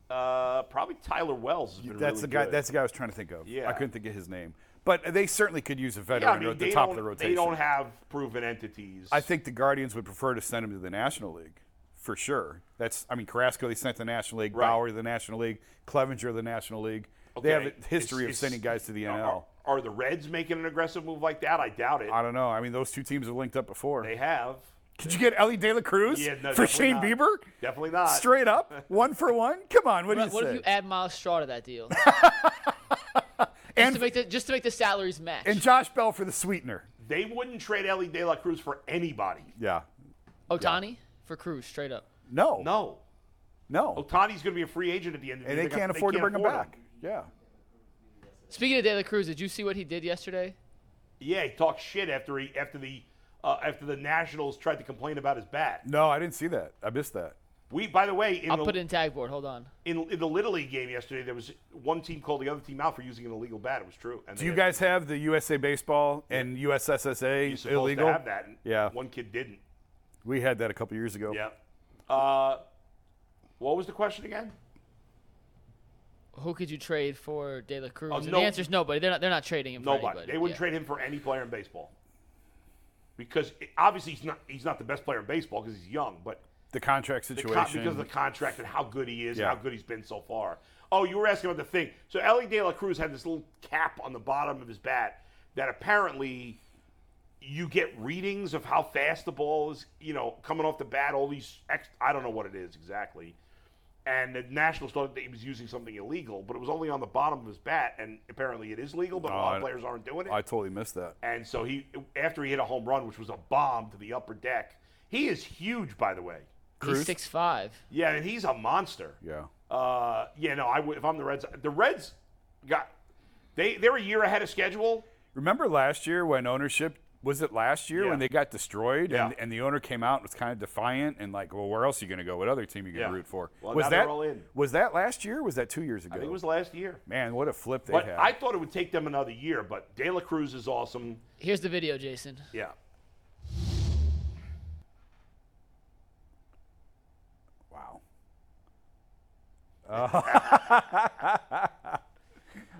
Speaker 3: Uh, probably Tyler Wells. Has been
Speaker 1: That's
Speaker 3: really
Speaker 1: the guy.
Speaker 3: good.
Speaker 1: That's the guy I was trying to think of.
Speaker 3: Yeah.
Speaker 1: I couldn't think of his name. But they certainly could use a
Speaker 3: yeah.
Speaker 1: veteran
Speaker 3: I mean,
Speaker 1: at
Speaker 3: they
Speaker 1: the top
Speaker 3: don't,
Speaker 1: of the rotation.
Speaker 3: They don't have proven entities.
Speaker 1: I think the Guardians would prefer to send him to the National League for sure. That's. I mean, Carrasco they sent to the National League.
Speaker 3: Right.
Speaker 1: Bauer to the National League. Clevenger to the National League. They have a
Speaker 3: Okay.
Speaker 1: history
Speaker 3: It's-
Speaker 1: of sending
Speaker 3: it's-
Speaker 1: guys to the
Speaker 3: are-
Speaker 1: NL.
Speaker 3: Are, the Reds making an aggressive move like that? I doubt it.
Speaker 1: I don't know. I mean, those two teams have linked up before.
Speaker 3: they have.
Speaker 1: Did you get Ellie De La Cruz
Speaker 3: Yeah, no,
Speaker 1: for
Speaker 3: definitely
Speaker 1: Shane
Speaker 3: not.
Speaker 1: Bieber?
Speaker 3: Definitely not. <laughs>
Speaker 1: Straight up, one for one. Come on, what do you
Speaker 2: What, what
Speaker 1: say?
Speaker 2: if you add Miles Straw to that deal? just
Speaker 1: And-
Speaker 2: to make the just to make the salaries match.
Speaker 1: and Josh Bell for the sweetener.
Speaker 3: They wouldn't trade Ellie De La Cruz for anybody.
Speaker 1: Yeah.
Speaker 2: Otani for Cruz, straight up.
Speaker 1: No.
Speaker 3: No.
Speaker 1: No.
Speaker 3: Otani's going to be a free agent at the end of the
Speaker 1: and
Speaker 3: year.
Speaker 1: they
Speaker 3: got-
Speaker 1: can't afford to bring him
Speaker 3: afford
Speaker 1: back. Yeah.
Speaker 2: Speaking of De La Cruz, did you see what he did yesterday?
Speaker 3: Yeah, he talked shit after he after the uh, after the Nationals tried to complain about his bat.
Speaker 1: No, I didn't see that. I missed that.
Speaker 3: We, by the way, in
Speaker 2: I'll
Speaker 3: the,
Speaker 2: put it in tag board. Hold on.
Speaker 3: in, in the Little League game yesterday, there was one team called the other team out for using an illegal bat. It was true. And
Speaker 1: Do you guys have the USA Baseball and USSSA
Speaker 3: you supposed
Speaker 1: illegal?
Speaker 3: to have that? and
Speaker 1: Yeah.
Speaker 3: One kid didn't.
Speaker 1: We had that a couple years ago.
Speaker 3: Yeah. Uh, what was the question again?
Speaker 2: Who could you trade for De La Cruz?
Speaker 3: Oh,
Speaker 2: and
Speaker 3: no-
Speaker 2: the answer is nobody. They're not. They're not trading him. For
Speaker 3: Nobody.
Speaker 2: anybody.
Speaker 3: They wouldn't
Speaker 2: Yeah.
Speaker 3: trade him for any player in baseball. Because it- obviously he's not he's not the best player in baseball because he's young, but
Speaker 1: The contract
Speaker 3: the
Speaker 1: situation.
Speaker 3: con- because of the contract and how good he is, and how
Speaker 1: Yeah.
Speaker 3: good he's been so far. Oh, you were asking about the thing. So Ellie De La Cruz had this little cap on the bottom of his bat that apparently you get readings of how fast the ball is, you know, coming off the bat. All these, ex- I don't know what it is exactly, and the Nationals thought that he was using something illegal, but it was only on the bottom of his bat, and apparently it is legal, but a lot
Speaker 1: I-
Speaker 3: of players aren't doing it.
Speaker 1: I totally missed that.
Speaker 3: and so he, after he hit a home run, which was a bomb to the upper deck, he is huge, by the way.
Speaker 2: He's six five.
Speaker 3: Yeah, and he's a monster.
Speaker 1: Yeah.
Speaker 3: Uh, yeah, no, I would. If I'm the Reds, the Reds got they they're a year ahead of schedule.
Speaker 1: Remember last year when ownership was it last year
Speaker 3: Yeah.
Speaker 1: when they got destroyed and,
Speaker 3: Yeah.
Speaker 1: and the owner came out and was kind of defiant and like, well, where else are you going to go? What other team are you going to
Speaker 3: Yeah.
Speaker 1: root for?
Speaker 3: Well,
Speaker 1: was
Speaker 3: now they're
Speaker 1: that
Speaker 3: all in.
Speaker 1: was that last year? or Was that two years ago?
Speaker 3: I think it was last year.
Speaker 1: Man, what a flip they
Speaker 3: But
Speaker 1: had.
Speaker 3: I thought it would take them another year. But De La Cruz is awesome.
Speaker 2: Here's the video, Jason.
Speaker 3: Yeah,
Speaker 1: wow. Oh. <laughs>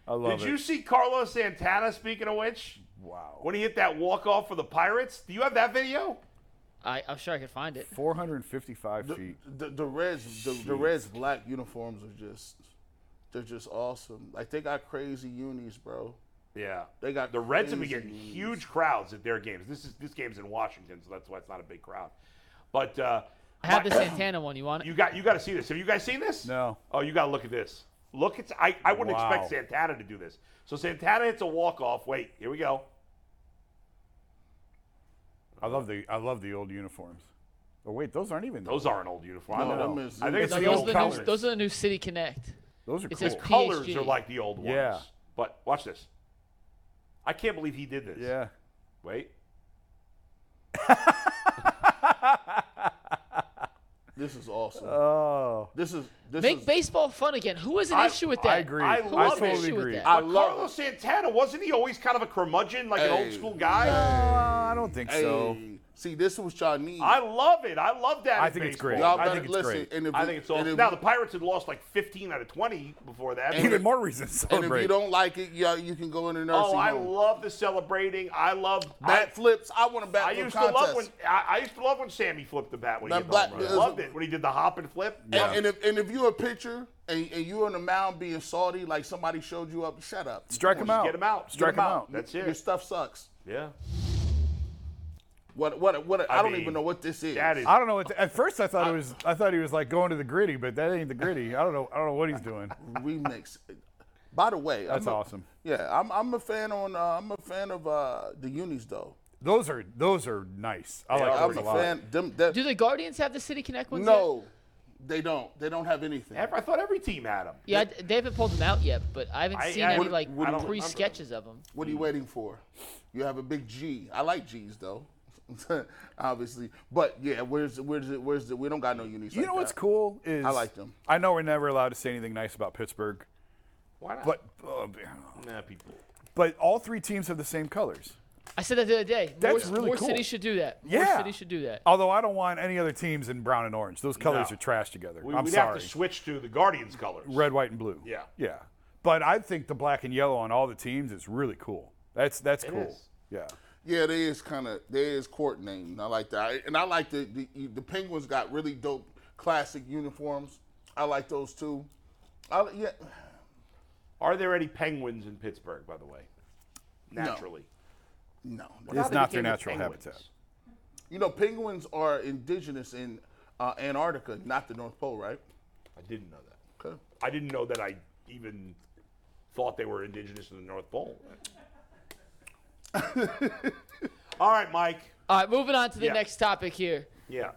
Speaker 1: I love
Speaker 3: Did
Speaker 1: it.
Speaker 3: you see Carlos Santana? Speaking of which,
Speaker 1: wow.
Speaker 3: when he hit that walk off for the Pirates, do you have that video?
Speaker 2: I, I'm sure I could find it.
Speaker 1: 455 feet.
Speaker 4: The, the Reds, the, the Reds black uniforms are just, they're just awesome. Like they got crazy unis, bro.
Speaker 3: Yeah,
Speaker 4: They got
Speaker 3: the Reds have been
Speaker 4: crazy
Speaker 3: getting
Speaker 4: unis.
Speaker 3: huge crowds at their games. This is this game's in Washington, so that's why it's not a big crowd. But uh,
Speaker 2: I have
Speaker 3: my-
Speaker 2: the Santana one. You want it?
Speaker 3: You got you got to see this. Have you guys seen this?
Speaker 1: No.
Speaker 3: Oh, you got to look at this. Look, it's I, I wouldn't
Speaker 1: Wow.
Speaker 3: expect Santana to do this. So Santana hits a walk off. Wait, here we go.
Speaker 1: I love the I love the old uniforms. Oh wait, those aren't even
Speaker 3: Those aren't old uniforms. I
Speaker 4: No,
Speaker 3: don't know.
Speaker 4: them is-
Speaker 3: I think it's
Speaker 2: No,
Speaker 3: the
Speaker 2: those,
Speaker 3: old
Speaker 2: are the
Speaker 3: colors.
Speaker 2: new, those are the new City Connect.
Speaker 1: Those are
Speaker 2: It
Speaker 1: cool.
Speaker 2: says
Speaker 3: The colors
Speaker 2: PSG.
Speaker 3: are like the old ones.
Speaker 1: Yeah.
Speaker 3: But watch this. I can't believe he did this.
Speaker 1: yeah.
Speaker 3: Wait.
Speaker 4: This is awesome.
Speaker 1: Oh.
Speaker 4: this is this
Speaker 2: Make
Speaker 4: is.
Speaker 2: baseball fun again. Who has an
Speaker 3: I-
Speaker 2: issue with that?
Speaker 1: I agree.
Speaker 3: I
Speaker 1: I
Speaker 3: love
Speaker 1: totally
Speaker 3: it. issue
Speaker 2: with
Speaker 1: agree.
Speaker 2: that.
Speaker 4: I
Speaker 3: but
Speaker 4: love
Speaker 3: Carlos Santana wasn't he always kind of a curmudgeon, like an
Speaker 4: Hey.
Speaker 3: old school guy?
Speaker 1: Uh, I don't think
Speaker 4: hey,
Speaker 1: so.
Speaker 4: see, this is what y'all need.
Speaker 3: I love it. I love that.
Speaker 1: I
Speaker 3: in
Speaker 1: think it's
Speaker 3: baseball.
Speaker 1: great.
Speaker 4: y'all
Speaker 1: I
Speaker 4: better
Speaker 1: think it's
Speaker 4: listen.
Speaker 1: great.
Speaker 4: And if
Speaker 3: I
Speaker 4: you-
Speaker 3: think it's
Speaker 4: and
Speaker 3: awesome.
Speaker 4: if-
Speaker 3: Now the Pirates had lost like 15 out of 20 before that.
Speaker 4: And-
Speaker 1: Even more reason to
Speaker 4: and if you
Speaker 1: celebrate.
Speaker 4: don't like it, y'all, you can go in the nursing
Speaker 3: Oh, I
Speaker 4: home.
Speaker 3: love the celebrating. I love
Speaker 4: bat flips. I want a bat
Speaker 3: I, I
Speaker 4: flip
Speaker 3: used
Speaker 4: contest.
Speaker 3: to love when I, I used to love when Sammy flipped the bat when he
Speaker 4: That
Speaker 3: hit
Speaker 4: black-
Speaker 3: the home run.
Speaker 4: uh,
Speaker 3: Loved it when he did the hop and flip.
Speaker 1: Yeah.
Speaker 4: And, and if and if you're a pitcher and, and you're on the mound being salty, like somebody showed you up, shut up.
Speaker 1: Strike him
Speaker 3: Just
Speaker 1: out.
Speaker 3: get him out.
Speaker 1: Strike
Speaker 3: Get
Speaker 1: him
Speaker 3: 'em
Speaker 1: out.
Speaker 3: That's
Speaker 4: Your
Speaker 3: it.
Speaker 4: stuff sucks.
Speaker 3: Yeah.
Speaker 4: What what what? I,
Speaker 3: I
Speaker 4: don't
Speaker 3: mean,
Speaker 4: even know what this is.
Speaker 3: That is.
Speaker 1: I don't know. What at first, I thought it was. I thought he was like going to the gritty, but that ain't the gritty. I don't know. I don't know what he's doing.
Speaker 4: <laughs> remix. By the way,
Speaker 1: <laughs> That's
Speaker 4: I'm a,
Speaker 1: awesome.
Speaker 4: Yeah, I'm I'm a fan on uh, I'm a fan of uh, the unis though.
Speaker 1: Those are those are nice. I like
Speaker 4: I'm
Speaker 1: those
Speaker 4: a
Speaker 1: a lot.
Speaker 4: fan. Them, that,
Speaker 2: Do the Guardians have the City Connect ones? yet?
Speaker 4: no, they don't. They don't have anything.
Speaker 3: Ev- I thought every team had him.
Speaker 2: Yeah, I, they haven't pulled them out yet, but I haven't
Speaker 3: I-
Speaker 2: seen
Speaker 3: I
Speaker 2: any
Speaker 3: wouldn't-
Speaker 2: like
Speaker 3: I don't
Speaker 2: pre
Speaker 3: remember.
Speaker 2: sketches of them.
Speaker 4: What are you waiting for? You have a big G. I like G's though, <laughs> obviously. But yeah, where's where's it? Where's the? We don't got no unis.
Speaker 1: You
Speaker 4: like
Speaker 1: know what's
Speaker 4: that.
Speaker 1: cool is
Speaker 4: I like them.
Speaker 1: I know we're never allowed to say anything nice about Pittsburgh,
Speaker 3: Why not?
Speaker 1: but uh,
Speaker 3: nah, people.
Speaker 1: but all three teams have the same colors.
Speaker 2: I said that the other day.
Speaker 1: That's
Speaker 2: more,
Speaker 1: really
Speaker 2: more
Speaker 1: cool.
Speaker 2: cities should do that.
Speaker 1: Yeah.
Speaker 2: More cities should do that.
Speaker 1: Although I don't want any other teams in brown and orange. Those colors
Speaker 3: No.
Speaker 1: are trash together.
Speaker 3: We,
Speaker 1: I'm
Speaker 3: we'd
Speaker 1: sorry.
Speaker 3: have to switch to the Guardians colors.
Speaker 1: Red, white, and blue.
Speaker 3: Yeah.
Speaker 1: yeah. But I think the black and yellow on all the teams is really cool. That's that's cool.
Speaker 3: is.
Speaker 1: Yeah.
Speaker 4: Yeah, there is kind of there is court name. I like that, and I like the, the the Penguins got really dope classic uniforms. I like those too. I, yeah,
Speaker 3: Are there any Penguins in Pittsburgh, by the way? Naturally.
Speaker 4: no,
Speaker 1: It's
Speaker 3: they
Speaker 1: not their
Speaker 3: became the
Speaker 1: natural
Speaker 3: Penguins.
Speaker 1: habitat.
Speaker 4: you know penguins are indigenous in uh, Antarctica, not the North Pole, right?
Speaker 3: I didn't know that.
Speaker 4: Okay.
Speaker 3: I didn't know that I even thought they were indigenous in the North Pole. All right, Mike.
Speaker 2: All right, moving on to the
Speaker 3: Yeah.
Speaker 2: next topic here.
Speaker 3: Yeah.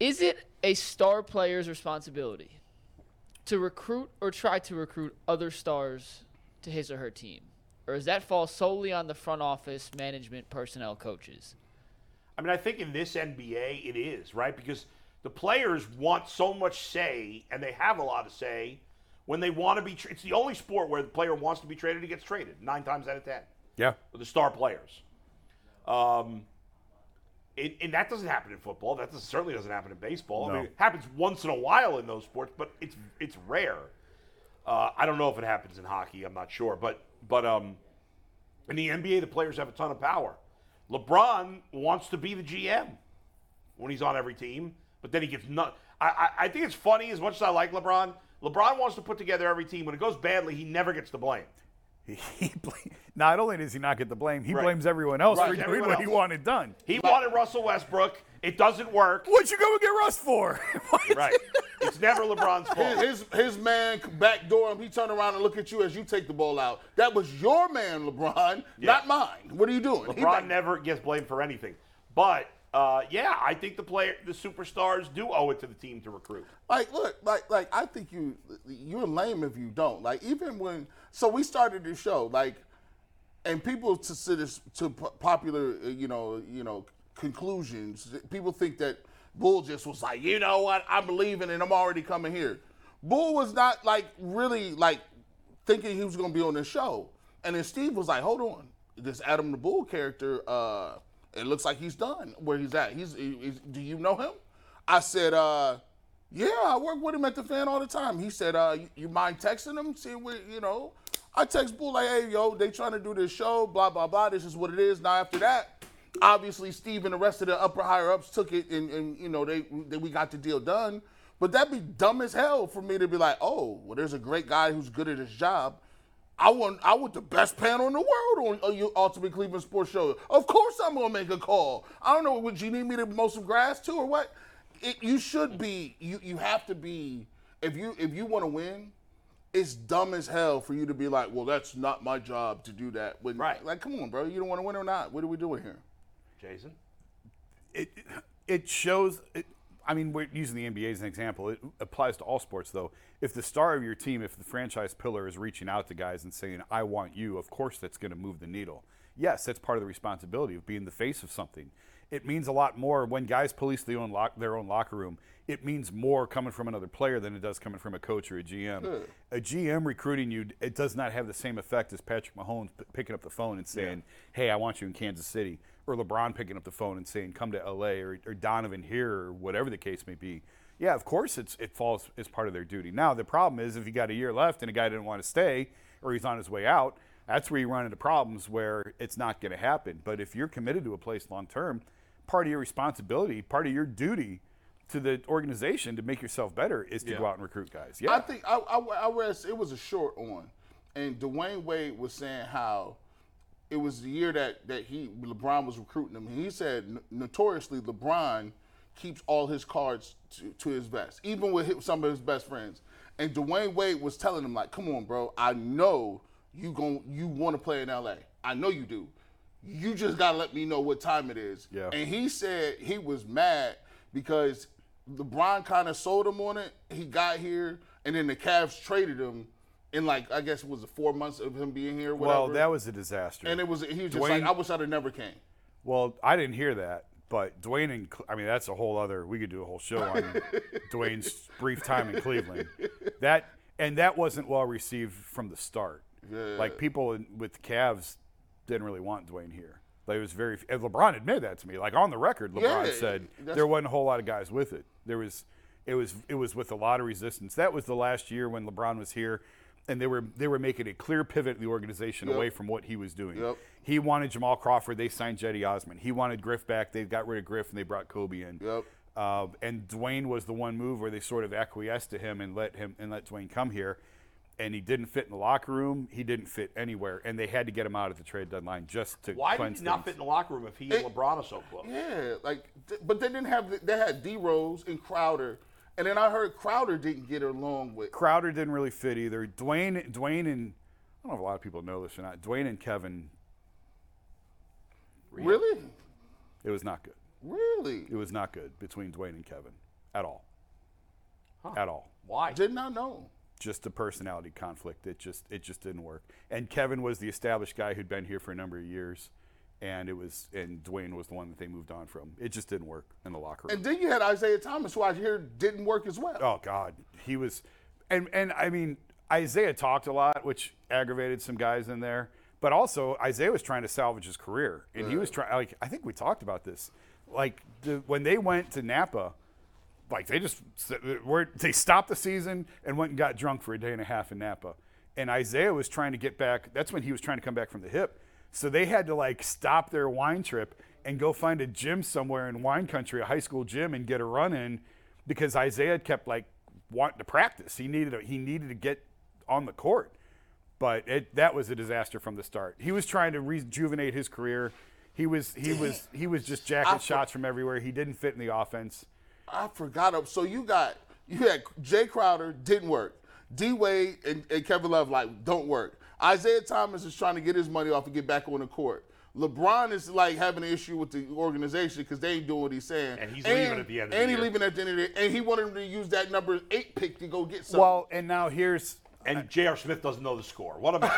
Speaker 2: Is it a star player's responsibility to recruit or try to recruit other stars to his or her team? Or does that fall solely on the front office, management, personnel, coaches?
Speaker 3: I mean, I think in this NBA, it is, right? Because the players want so much say, and they have a lot of say when they want to be. Tra- it's the only sport where the player wants to be traded, he gets traded nine times out of ten.
Speaker 1: Yeah. <laughs>
Speaker 3: the star players. Um, it, and that doesn't happen in football. That doesn't, certainly doesn't happen in baseball. I
Speaker 1: No.
Speaker 3: mean, it happens once in a while in those sports, but it's it's rare. Uh, I don't know if it happens in hockey. I'm not sure, but but um, in the NBA, the players have a ton of power. LeBron wants to be the GM when he's on every team, but then he gets none. I, I, I think it's funny as much as I like LeBron. LeBron wants to put together every team. When it goes badly, he never gets the blame.
Speaker 1: He bl- not only does he not get the blame, he
Speaker 3: Right.
Speaker 1: blames everyone else
Speaker 3: Right,
Speaker 1: for doing
Speaker 3: everyone
Speaker 1: what he
Speaker 3: else.
Speaker 1: wanted done.
Speaker 3: He wanted Russell Westbrook. It doesn't <laughs> work.
Speaker 1: What'd you go and get Russ for? <laughs> What?
Speaker 3: Right. it's never <laughs> LeBron's fault.
Speaker 4: His his man backdoor him. He turned around and look at you as you take the ball out. That was your man, LeBron, not mine. What are you doing? He
Speaker 3: LeBron
Speaker 4: back-
Speaker 3: never gets blamed for anything. But uh, yeah, I think the player, the superstars, do owe it to the team to recruit.
Speaker 4: Like, look, like, like I think you you're lame if you don't. Like, even when so we started the show, like, and people to sit us- to p- popular, uh, you know, you know, conclusions. People think that Bull just was like, you know what, I'm leaving and I'm already coming here. Bull was not like really like thinking he was gonna be on this show, and then Steve was like, hold on, this Adam the Bull character, uh, it looks like he's done where he's at. He's, he- he's do you know him? I said, uh, yeah, I work with him at the fan all the time. He said, uh, you, you mind texting him? See what, you know. I text Bull like, hey, yo, they trying to do this show, blah, blah, blah. This is what it is. Now, after that, obviously, Steve and the rest of the upper higher ups took it and, and you know, they, they we got the deal done. But that'd be dumb as hell for me to be like, oh, well, there's a great guy who's good at his job. I want I want the best panel in the world on your Ultimate Cleveland Sports Show. Of course I'm gonna make a call. I don't know, would you need me to mow some grass too or what? It, you should be you you have to be if you if you want to win, it's dumb as hell for you to be like, well, that's not my job to do that. When,
Speaker 3: Right.
Speaker 4: Like, come on, bro, you don't want to win or not? What are we doing here?
Speaker 3: Jason,
Speaker 1: it it shows. It, I mean, we're using the NBA as an example. It applies to all sports, though. If the star of your team, if the franchise pillar is reaching out to guys and saying, "I want you," of course that's going to move the needle. Yes, that's part of the responsibility of being the face of something. It means a lot more when guys police their own, lock, their own locker room. It means more coming from another player than it does coming from a coach or a GM. A GM recruiting you, it does not have the same effect as Patrick Mahomes p- picking up the phone and saying, "Hey, I want you in Kansas City." or LeBron picking up the phone and saying, "Come to LA," or, or Donovan here, or whatever the case may be. Yeah, of course, it's it falls as part of their duty. Now the problem is if you got a year left and a guy didn't want to stay or he's on his way out, that's where you run into problems where it's not going to happen. But if you're committed to a place long term, part of your responsibility, part of your duty to the organization to make yourself better is to go out and recruit guys. Yeah,
Speaker 4: I think I, I, I read it was a short on, and Dwayne Wade was saying how it was the year that that he LeBron was recruiting him. And he said no- notoriously LeBron keeps all his cards to, to his vest, even with his, some of his best friends. And Dwayne Wade was telling him like, "Come on, bro, I know you gon' you want to play in L.A. I know you do. You just gotta let me know what time it is."
Speaker 1: Yeah.
Speaker 4: And he said he was mad because LeBron kind of sold him on it. He got here, and then the Cavs traded him. In like I guess it was four months of him being here. or Whatever.
Speaker 1: well, that was a disaster.
Speaker 4: And it was he was just
Speaker 1: Dwayne-
Speaker 4: like, I wish I'd have never came.
Speaker 1: Well, I didn't hear that, but Dwayne and Cle- I mean that's a whole other. We could do a whole show on Dwayne's brief time in Cleveland. That and that wasn't well received from the start. Like people in, with the Cavs didn't really want Dwayne here. Like it was very. And LeBron admitted that to me. Like on the record, LeBron
Speaker 4: Yeah,
Speaker 1: said
Speaker 4: that's-
Speaker 1: there wasn't a whole lot of guys with it. There was. It was it was with a lot of resistance. That was the last year when LeBron was here, and they were they were making a clear pivot in the organization away from what he was doing.
Speaker 4: Yep.
Speaker 1: He wanted Jamal Crawford. They signed Jetty Osman. He wanted Griff back. They got rid of Griff and they brought Kobe in.
Speaker 4: Yep.
Speaker 1: Uh, and Dwayne was the one move where they sort of acquiesced to him and let him and let Dwayne come here. And he didn't fit in the locker room. He didn't fit anywhere. And they had to get him out at the trade deadline just to
Speaker 3: why did
Speaker 1: cleanse
Speaker 3: he not fit
Speaker 1: things.
Speaker 3: in the locker room if he and LeBron are so close?
Speaker 4: Yeah, like, th- but they didn't have. the- They had D Rose and Crowder, and then I heard Crowder didn't get along with.
Speaker 1: Crowder didn't really fit either. Dwayne, Dwayne, and I don't know if a lot of people know this or not. Dwayne and Kevin,
Speaker 4: Really,
Speaker 1: it was not good.
Speaker 4: really,
Speaker 1: It was not good between Dwayne and Kevin at all. At all.
Speaker 3: Why?
Speaker 4: did not know.
Speaker 1: just a personality conflict. It just it just didn't work. And Kevin was the established guy who'd been here for a number of years, and it was and Dwayne was the one that they moved on from. It just didn't work in the locker room.
Speaker 4: And then you had Isaiah Thomas, who I hear didn't work as well.
Speaker 1: oh God, he was, and and I mean Isaiah talked a lot, which aggravated some guys in there. But also Isaiah was trying to salvage his career, and he was trying. Like I think we talked about this, like the, when they went to Napa. like they just were they stopped the season and went and got drunk for a day and a half in Napa. And Isaiah was trying to get back. That's when he was trying to come back from the hip. So they had to like stop their wine trip and go find a gym somewhere in wine country, a high school gym, and get a run in because Isaiah kept like wanting to practice. He needed a, he needed to get on the court but it, that was a disaster from the start. He was trying to rejuvenate his career. He was he was he was just jacking shots from everywhere. He didn't fit in the offense.
Speaker 4: I forgot. Up. So you got you had Jay Crowder didn't work. D Wade and, and Kevin Love like don't work. Isaiah Thomas is trying to get his money off and get back on the court. LeBron is like having an issue with the organization because they ain't doing what he's saying.
Speaker 3: And he's leaving at the end of the
Speaker 4: and he
Speaker 3: year.
Speaker 4: leaving at the end of the year. And he wanted him to use that number eight pick to go get something.
Speaker 1: Well, and now here's
Speaker 3: And J.R. Smith doesn't know the score. What about?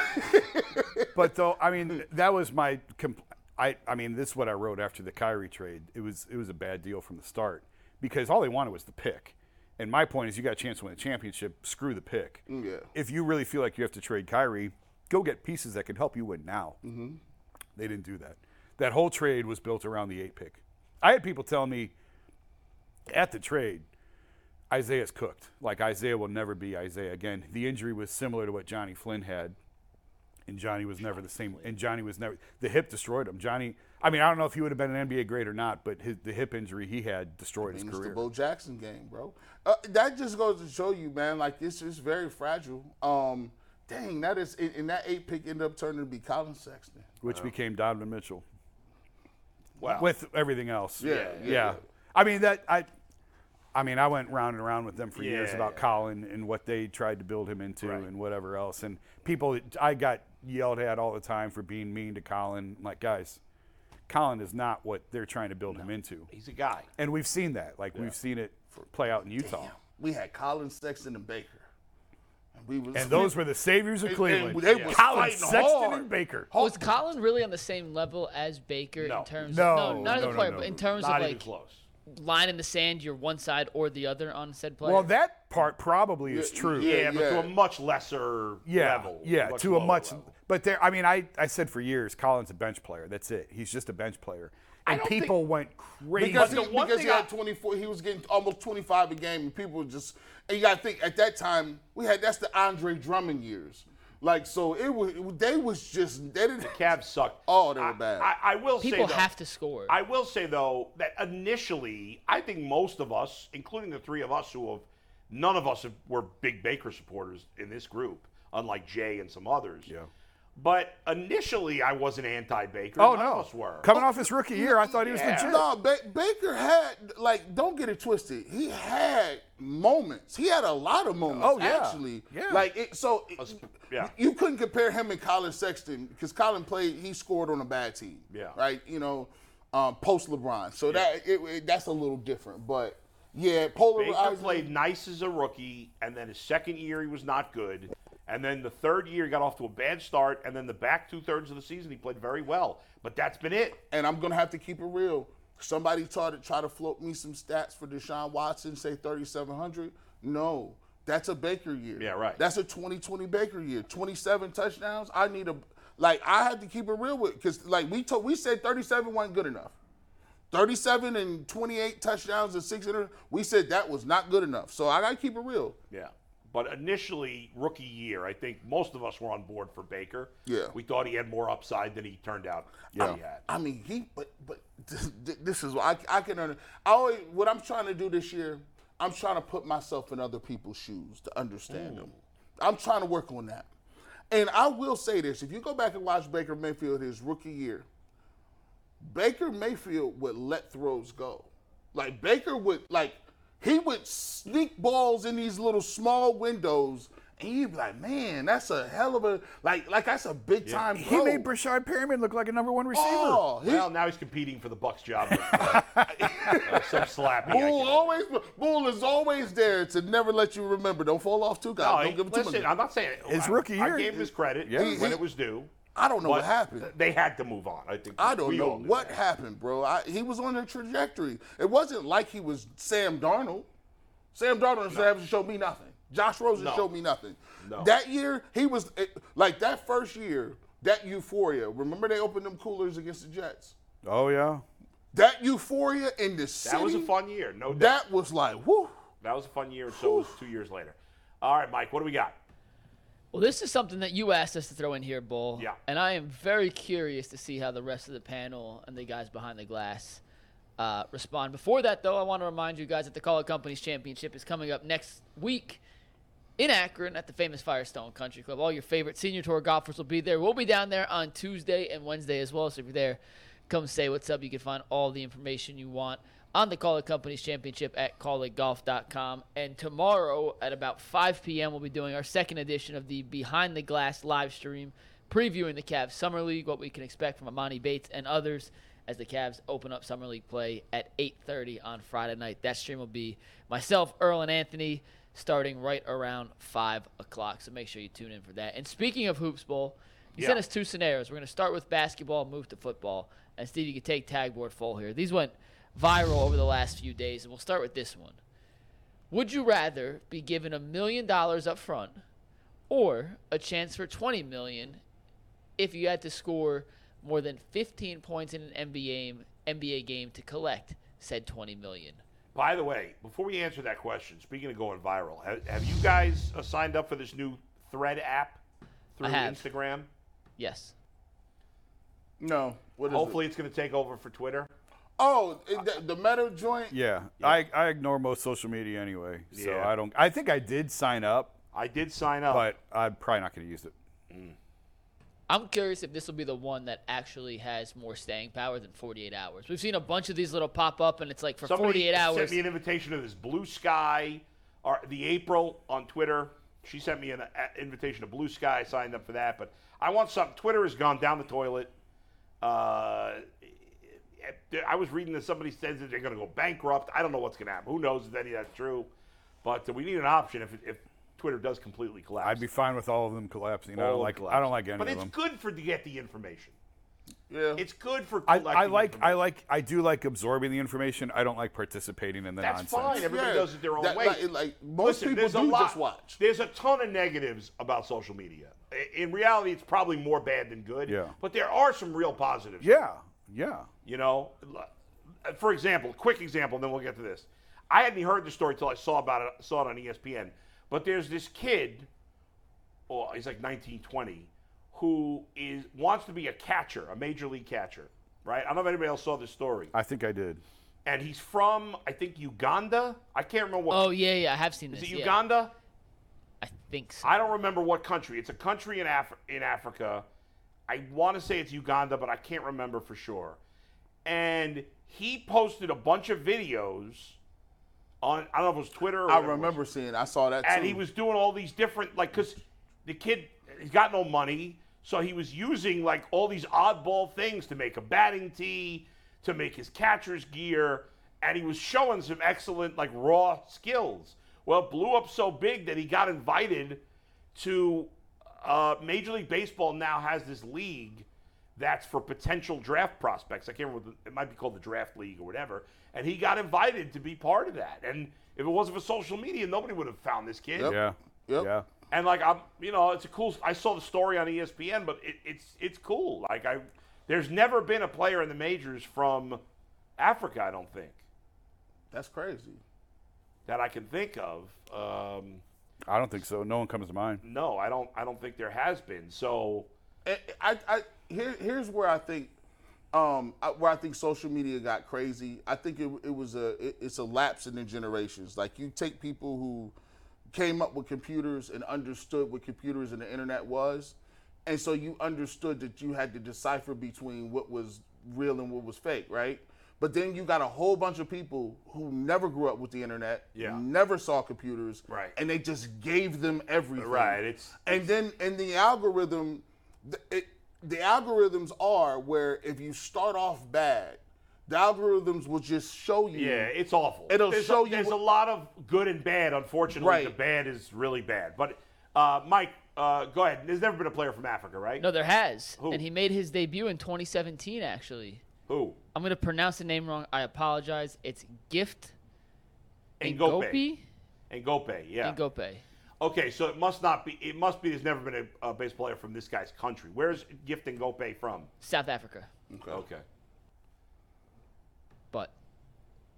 Speaker 1: but though I mean that was my compl- I I mean this is what I wrote after the Kyrie trade. It was it was a bad deal from the start because all they wanted was the pick. And my point is you got a chance to win a championship, screw the pick.
Speaker 4: Yeah.
Speaker 1: If you really feel like you have to trade Kyrie, go get pieces that can help you win now. Mm-hmm. They didn't do that. That whole trade was built around the 8 pick. I had people telling me at the trade Isaiah's cooked. Like Isaiah will never be Isaiah again. The injury was similar to what Johnny Flynn had, and Johnny was never the same. And Johnny was never the hip destroyed him. Johnny, I mean, I don't know if he would have been an NBA great or not, but his, the hip injury he had destroyed his
Speaker 4: And it's the
Speaker 1: career.
Speaker 4: Bo Jackson game, bro. Uh, that just goes to show you, man. Like it's just very fragile. Um, dang, that is. And and that eight pick ended up turning to be Colin Sexton.
Speaker 1: Which became Donovan Mitchell
Speaker 3: Wow.
Speaker 1: with everything else.
Speaker 4: Yeah,
Speaker 1: yeah.
Speaker 4: yeah, yeah.
Speaker 1: I mean that I. I mean, I went round and round with them for years
Speaker 3: Yeah,
Speaker 1: about
Speaker 3: yeah.
Speaker 1: Colin and what they tried to build him into and whatever else. And people, I got yelled at all the time for being mean to Colin. I'm like, guys, Colin is not what they're trying to build him into.
Speaker 3: <laughs> He's a guy.
Speaker 1: And we've seen that. Like, we've seen it for, play out in Utah.
Speaker 4: Damn, we had Colin Sexton and Baker, and we was
Speaker 1: And those were the saviors of
Speaker 4: and
Speaker 1: Cleveland.
Speaker 4: they was
Speaker 1: Colin
Speaker 4: fighting
Speaker 1: Sexton
Speaker 4: hard.
Speaker 1: and Baker.
Speaker 2: Was Colin really on the same level as Baker
Speaker 3: Oh. No.
Speaker 2: in terms
Speaker 1: No,
Speaker 2: of no, not as
Speaker 1: no,
Speaker 2: a
Speaker 1: no,
Speaker 2: player,
Speaker 1: no.
Speaker 2: but in terms of
Speaker 3: Not even
Speaker 2: like
Speaker 3: close.
Speaker 2: line in the sand, you're one side or the other on said player?
Speaker 1: Well, that part probably is true.
Speaker 3: Yeah,
Speaker 4: yeah,
Speaker 3: but to a much lesser
Speaker 1: yeah,
Speaker 3: level.
Speaker 1: Yeah, to a
Speaker 3: lower
Speaker 1: much.
Speaker 3: level.
Speaker 1: But there, I mean, I, I said for years, Colin's a bench player. That's it. He's just a bench player. And
Speaker 3: don't
Speaker 1: people went crazy.
Speaker 4: <laughs> Because,
Speaker 3: But
Speaker 4: he,
Speaker 3: the one
Speaker 4: because he
Speaker 3: thing
Speaker 4: had
Speaker 3: I-
Speaker 4: 24, he was getting almost 25 a game, and people just, and you got to think at that time we had that's the Andre Drummond years, like so it was they was just they didn't <laughs>
Speaker 3: Cavs sucked.
Speaker 4: Oh, they were
Speaker 3: I-
Speaker 4: bad.
Speaker 3: I, I will say
Speaker 2: People
Speaker 3: though-
Speaker 2: have to score.
Speaker 3: I will say though that initially, I think most of us, including the three of us who have, none of us have, were big Baker supporters in this group, unlike Jay and some others. Yeah. But initially, I wasn't anti-Baker.
Speaker 1: oh
Speaker 3: None
Speaker 1: no,
Speaker 3: of us were.
Speaker 1: coming off his rookie year, I thought he was
Speaker 3: Yeah.
Speaker 1: legit.
Speaker 4: No, ba- Baker had like don't get it twisted. He had moments. He had a lot of moments.
Speaker 1: Oh, yeah.
Speaker 4: actually,
Speaker 1: Yeah.
Speaker 4: Like it, so, it-
Speaker 3: yeah.
Speaker 4: you couldn't compare him and Colin Sexton because Colin played. He scored on a bad team.
Speaker 3: Yeah.
Speaker 4: right. You know, um, post LeBron. So that it, it- that's a little different. But yeah, polarized.
Speaker 3: Baker played nice as a rookie, and then his second year he was not good, and then the third year he got off to a bad start, and then the back two thirds of the season he played very well. But that's been it.
Speaker 4: and I'm gonna have to keep it real. Somebody tried to try to float me some stats for Deshaun Watson, say 3,700. No, that's a Baker year.
Speaker 3: Yeah, right.
Speaker 4: That's a 2020 Baker year. 27 touchdowns. I need a like. I had to keep it real with because like we told we said 37 wasn't good enough. 37 and 28 touchdowns and six inter. We said that was not good enough. So I gotta keep it real.
Speaker 3: Yeah. But initially, rookie year, I think most of us were on board for Baker.
Speaker 4: Yeah.
Speaker 3: We thought he had more upside than he turned out yeah. he had.
Speaker 4: I mean, he. But but <laughs> this, this is why I, I can. Under, I always what I'm trying to do this year. I'm trying to put myself in other people's shoes to understand
Speaker 1: Mm.
Speaker 4: them. I'm trying to work on that. And I will say this: if you go back and watch Baker Mayfield his rookie year, Baker Mayfield would let throws go. Like Baker would like he would sneak balls in these little small windows. And you'd be like, man, that's a hell of a like, like that's a big time.
Speaker 1: He
Speaker 4: throw.
Speaker 1: made Brashad Perryman look like a number one receiver.
Speaker 4: Oh, he-
Speaker 3: Well, now he's competing for the Bucks
Speaker 4: <laughs>
Speaker 3: job. with, uh, uh, some slappy. I
Speaker 4: Bull
Speaker 3: guess.
Speaker 4: always, Bull is always there to never let you remember. Don't fall off too,
Speaker 3: No,
Speaker 4: guys.
Speaker 3: he-
Speaker 4: Don't give him too
Speaker 3: listen,
Speaker 4: much.
Speaker 3: I'm not saying
Speaker 1: His
Speaker 3: I-
Speaker 1: rookie year-
Speaker 3: I gave him his credit
Speaker 1: Yeah.
Speaker 3: when it was due.
Speaker 4: I don't know
Speaker 3: but
Speaker 4: what happened.
Speaker 3: They had to move on. I think.
Speaker 4: I don't
Speaker 3: we
Speaker 4: know
Speaker 3: all knew
Speaker 4: what
Speaker 3: that.
Speaker 4: happened, bro. I, he was on a trajectory. It wasn't like he was Sam Darnold. Sam Darnold no. showed me nothing. Josh Rosen
Speaker 3: No.
Speaker 4: showed me nothing.
Speaker 3: No.
Speaker 4: That year, he was it- like that first year, that euphoria. Remember they opened them coolers against the Jets.
Speaker 1: Oh, yeah.
Speaker 4: That euphoria in the city.
Speaker 3: That was a fun year, no doubt.
Speaker 4: That was like, whoo.
Speaker 3: That was a fun year, and so was two years later. All right, Mike, what do we got?
Speaker 2: Well, this is something that you asked us to throw in here, Bull.
Speaker 3: Yeah.
Speaker 2: And I am very curious to see how the rest of the panel and the guys behind the glass uh, respond. Before that, though, I want to remind you guys that the Call of Companies Championship is coming up next week in Akron at the famous Firestone Country Club. All your favorite senior tour golfers will be there. We'll be down there on Tuesday and Wednesday as well. So if you're there, Come say what's up. You can find all the information you want on the Call It Companies Championship at callitgolf.com. And tomorrow at about 5 p.m., we'll be doing our second edition of the Behind the Glass live stream, previewing the Cavs Summer League, what we can expect from Amani Bates and others as the Cavs open up Summer League play at 8.30 on Friday night. That stream will be myself, Earl, and Anthony starting right around 5 o'clock. So make sure you tune in for that. And speaking of Hoops Bowl, you
Speaker 3: Yeah.
Speaker 2: sent us two scenarios. We're going to start with basketball, move to football. And Steve, you can take tagboard full here. These went viral over the last few days, and we'll start with this one. Would you rather be given a million dollars up front or a chance for 20 million if you had to score more than 15 points in an NBA game, NBA game to collect said 20 million.
Speaker 3: By the way, before we answer that question, speaking of going viral, have, have you guys uh, signed up for this new Thread app through
Speaker 2: have.
Speaker 3: Instagram?
Speaker 2: Yes.
Speaker 4: No. What is
Speaker 3: Hopefully,
Speaker 4: It?
Speaker 3: it's going to take over for Twitter.
Speaker 4: Oh, it, the, the metal joint.
Speaker 1: Yeah, I, I ignore most social media anyway, so
Speaker 3: Yeah.
Speaker 1: I don't. I think I did sign up,
Speaker 3: I did sign up.
Speaker 1: but I'm probably not going to use it.
Speaker 2: I'm curious if this will be the one that actually has more staying power than 48 hours. We've seen a bunch of these little pop up, and it's like for
Speaker 3: Somebody
Speaker 2: 48 hours.
Speaker 3: sent me an invitation to this Blue Sky, or the April on Twitter. She sent me an uh, invitation to Blue Sky. I signed up for that, but I want something. Twitter has gone down the toilet. Uh, I was reading that somebody says that they're going to go bankrupt. I don't know what's going to happen. Who knows if any of that's true? But we need an option if, if Twitter does completely collapse.
Speaker 1: I'd be fine with all of them collapsing. I
Speaker 3: All
Speaker 1: don't
Speaker 3: of
Speaker 1: like.
Speaker 3: them
Speaker 1: I don't like any
Speaker 3: but
Speaker 1: of
Speaker 3: it's
Speaker 1: them.
Speaker 3: good for to get the information.
Speaker 4: Yeah.
Speaker 3: It's good for.
Speaker 1: I, I
Speaker 3: collecting
Speaker 1: like. I
Speaker 3: information.
Speaker 1: like. I do like absorbing the information. I don't like participating in the
Speaker 3: That's
Speaker 1: nonsense.
Speaker 3: fine. Everybody
Speaker 4: Yeah.
Speaker 3: does it their own
Speaker 4: That-
Speaker 3: way.
Speaker 4: like- like, most people
Speaker 3: there's a
Speaker 4: do
Speaker 3: lot-
Speaker 4: just watch.
Speaker 3: There's a ton of negatives about social media. I- In reality, it's probably more bad than good.
Speaker 1: Yeah.
Speaker 3: But there are some real positives.
Speaker 1: Yeah. Yeah.
Speaker 3: You know, L- uh, for example, quick example, and then we'll get to this. I hadn't heard the story till I saw about it, saw it on E ESPN. But there's this kid, oh, he's like 19, 20, who is wants to be a catcher, a major league catcher, right? I don't know if anybody else saw this story.
Speaker 1: I think I did.
Speaker 3: And he's from, I think, Uganda. I can't remember what.
Speaker 2: oh, yeah, yeah. I have seen
Speaker 3: is
Speaker 2: this.
Speaker 3: it
Speaker 2: yeah.
Speaker 3: Uganda?
Speaker 2: I think so.
Speaker 3: I don't remember what country. It's a country in Af- in Africa. I want to say it's Uganda, but I can't remember for sure. And he posted a bunch of videos on I don't know if it was Twitter. Or
Speaker 4: I
Speaker 3: whatever it was.
Speaker 4: remember seeing. I saw that
Speaker 3: And
Speaker 4: too.
Speaker 3: he was doing all these different like because the kid he's got no money, so he was using like all these oddball things to make a batting tee, to make his catcher's gear, and he was showing some excellent like raw skills. Well, it blew up so big that he got invited to uh, Major League Baseball. Now has this league that's for potential draft prospects. I can't remember. what the- It might be called the draft league or whatever. And he got invited to be part of that. And if it wasn't for social media, nobody would have found this kid.
Speaker 4: Yep.
Speaker 1: Yeah.
Speaker 4: Yep.
Speaker 1: Yeah.
Speaker 3: And like I'm, you know, it's a cool. I saw the story on E ESPN, but it, it's it's cool. Like I, there's never been a player in the majors from Africa. I don't think
Speaker 4: That's crazy.
Speaker 3: that I can think of. Um,
Speaker 1: I don't think so. No one comes to mind.
Speaker 3: no, I don't. I don't think there has been. So
Speaker 4: I, I, I here, here's where I think, um, I- where I think social media got crazy. I think it, it was a, it- it's a lapse in the generations. Like you take people who came up with computers and understood what computers and the internet was, and so you understood that you had to decipher between what was real and what was fake, right? But then you got a whole bunch of people who never grew up with the internet,
Speaker 3: Yeah.
Speaker 4: never saw computers,
Speaker 3: Right.
Speaker 4: And they just gave them everything,
Speaker 3: Right, it's-
Speaker 4: and then and the algorithm the, it, the algorithms are where if you start off bad the algorithms will just show you
Speaker 3: yeah, it's awful.
Speaker 4: It'll
Speaker 3: there's
Speaker 4: show
Speaker 3: a,
Speaker 4: you
Speaker 3: There's
Speaker 4: what-
Speaker 3: a lot of good and bad. Unfortunately,
Speaker 4: Right.
Speaker 3: the bad is really bad. But uh, Mike, uh, go ahead. There's never been a player from Africa, right?
Speaker 2: no, there has.
Speaker 3: Who?
Speaker 2: And he made his debut in 2017, actually.
Speaker 3: Who?
Speaker 2: I'm going to pronounce the name wrong. I apologize. It's Gift
Speaker 3: Ngope.
Speaker 2: Ngope.
Speaker 3: Ngope. Yeah.
Speaker 2: Ngope.
Speaker 3: Okay, so it must not be. It must be. There's never been a, a base player from this guy's country. Where's Gift and Gope from?
Speaker 2: South Africa.
Speaker 3: Okay.
Speaker 2: But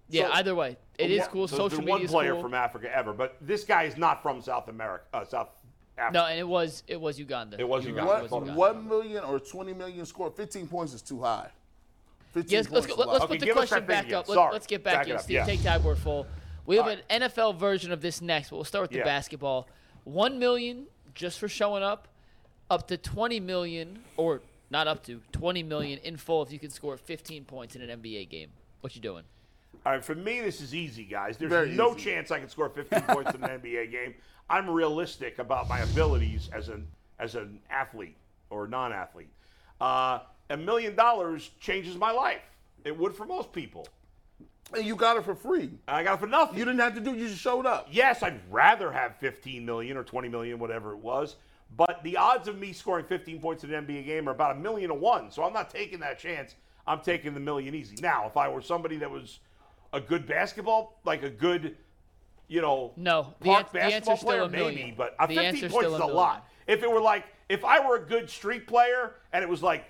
Speaker 2: yeah,
Speaker 3: So-
Speaker 2: either way, it is
Speaker 3: One-
Speaker 2: cool.
Speaker 3: so
Speaker 2: Social
Speaker 3: there's
Speaker 2: media
Speaker 3: one
Speaker 2: is
Speaker 3: player
Speaker 2: cool.
Speaker 3: from Africa ever, but this guy is not from South America. Uh, South Africa.
Speaker 2: No, and it was it was Uganda.
Speaker 3: It was
Speaker 2: You're
Speaker 3: Uganda.
Speaker 2: right,
Speaker 4: one,
Speaker 2: it was
Speaker 3: Hold on.
Speaker 4: one million or 20 million score 15 points is too high 15
Speaker 2: Yes, let's,
Speaker 4: points
Speaker 2: go,
Speaker 4: is
Speaker 2: let,
Speaker 4: a
Speaker 2: us
Speaker 4: lot.
Speaker 3: Okay,
Speaker 2: put the
Speaker 3: give us
Speaker 2: question
Speaker 3: that
Speaker 2: back
Speaker 3: video.
Speaker 2: up. Let,
Speaker 3: Sorry.
Speaker 2: us get back,
Speaker 3: Back it
Speaker 2: in,
Speaker 3: up,
Speaker 2: Steve.
Speaker 3: yeah.
Speaker 2: Take tagboard full. We have
Speaker 3: All right.
Speaker 2: an NFL version of this next, but we'll start with the
Speaker 3: Yeah.
Speaker 2: basketball. One million just for showing up, up to twenty million or Not up to 20 million in full if you can score 15 points in an NBA game. What you doing?
Speaker 3: All right, for me, this is easy, guys. There's
Speaker 4: Very
Speaker 3: no
Speaker 4: easy.
Speaker 3: chance I can score
Speaker 4: <laughs>
Speaker 3: 15 points in an NBA game. I'm realistic about my abilities as an as an athlete or non-athlete. Uh, a million dollars changes my life. It would for most people.
Speaker 4: And you got it for free.
Speaker 3: And I got it for nothing.
Speaker 4: You didn't have to do. You just showed up.
Speaker 3: yes, I'd rather have 15 million or 20 million, whatever it was. But the odds of me scoring 15 points in an NBA game are about a million to one. So I'm not taking that chance. I'm taking the million easy. Now, if I were somebody that was a good basketball, like a good, you know,
Speaker 2: No, the
Speaker 3: park
Speaker 2: ans- the
Speaker 3: basketball
Speaker 2: answer's still
Speaker 3: player,
Speaker 2: a million.
Speaker 3: maybe. But uh,
Speaker 2: The
Speaker 3: 15
Speaker 2: answer's
Speaker 3: points
Speaker 2: still
Speaker 3: is
Speaker 2: a
Speaker 3: a
Speaker 2: million.
Speaker 3: lot. If it were like, if I were a good street player and it was like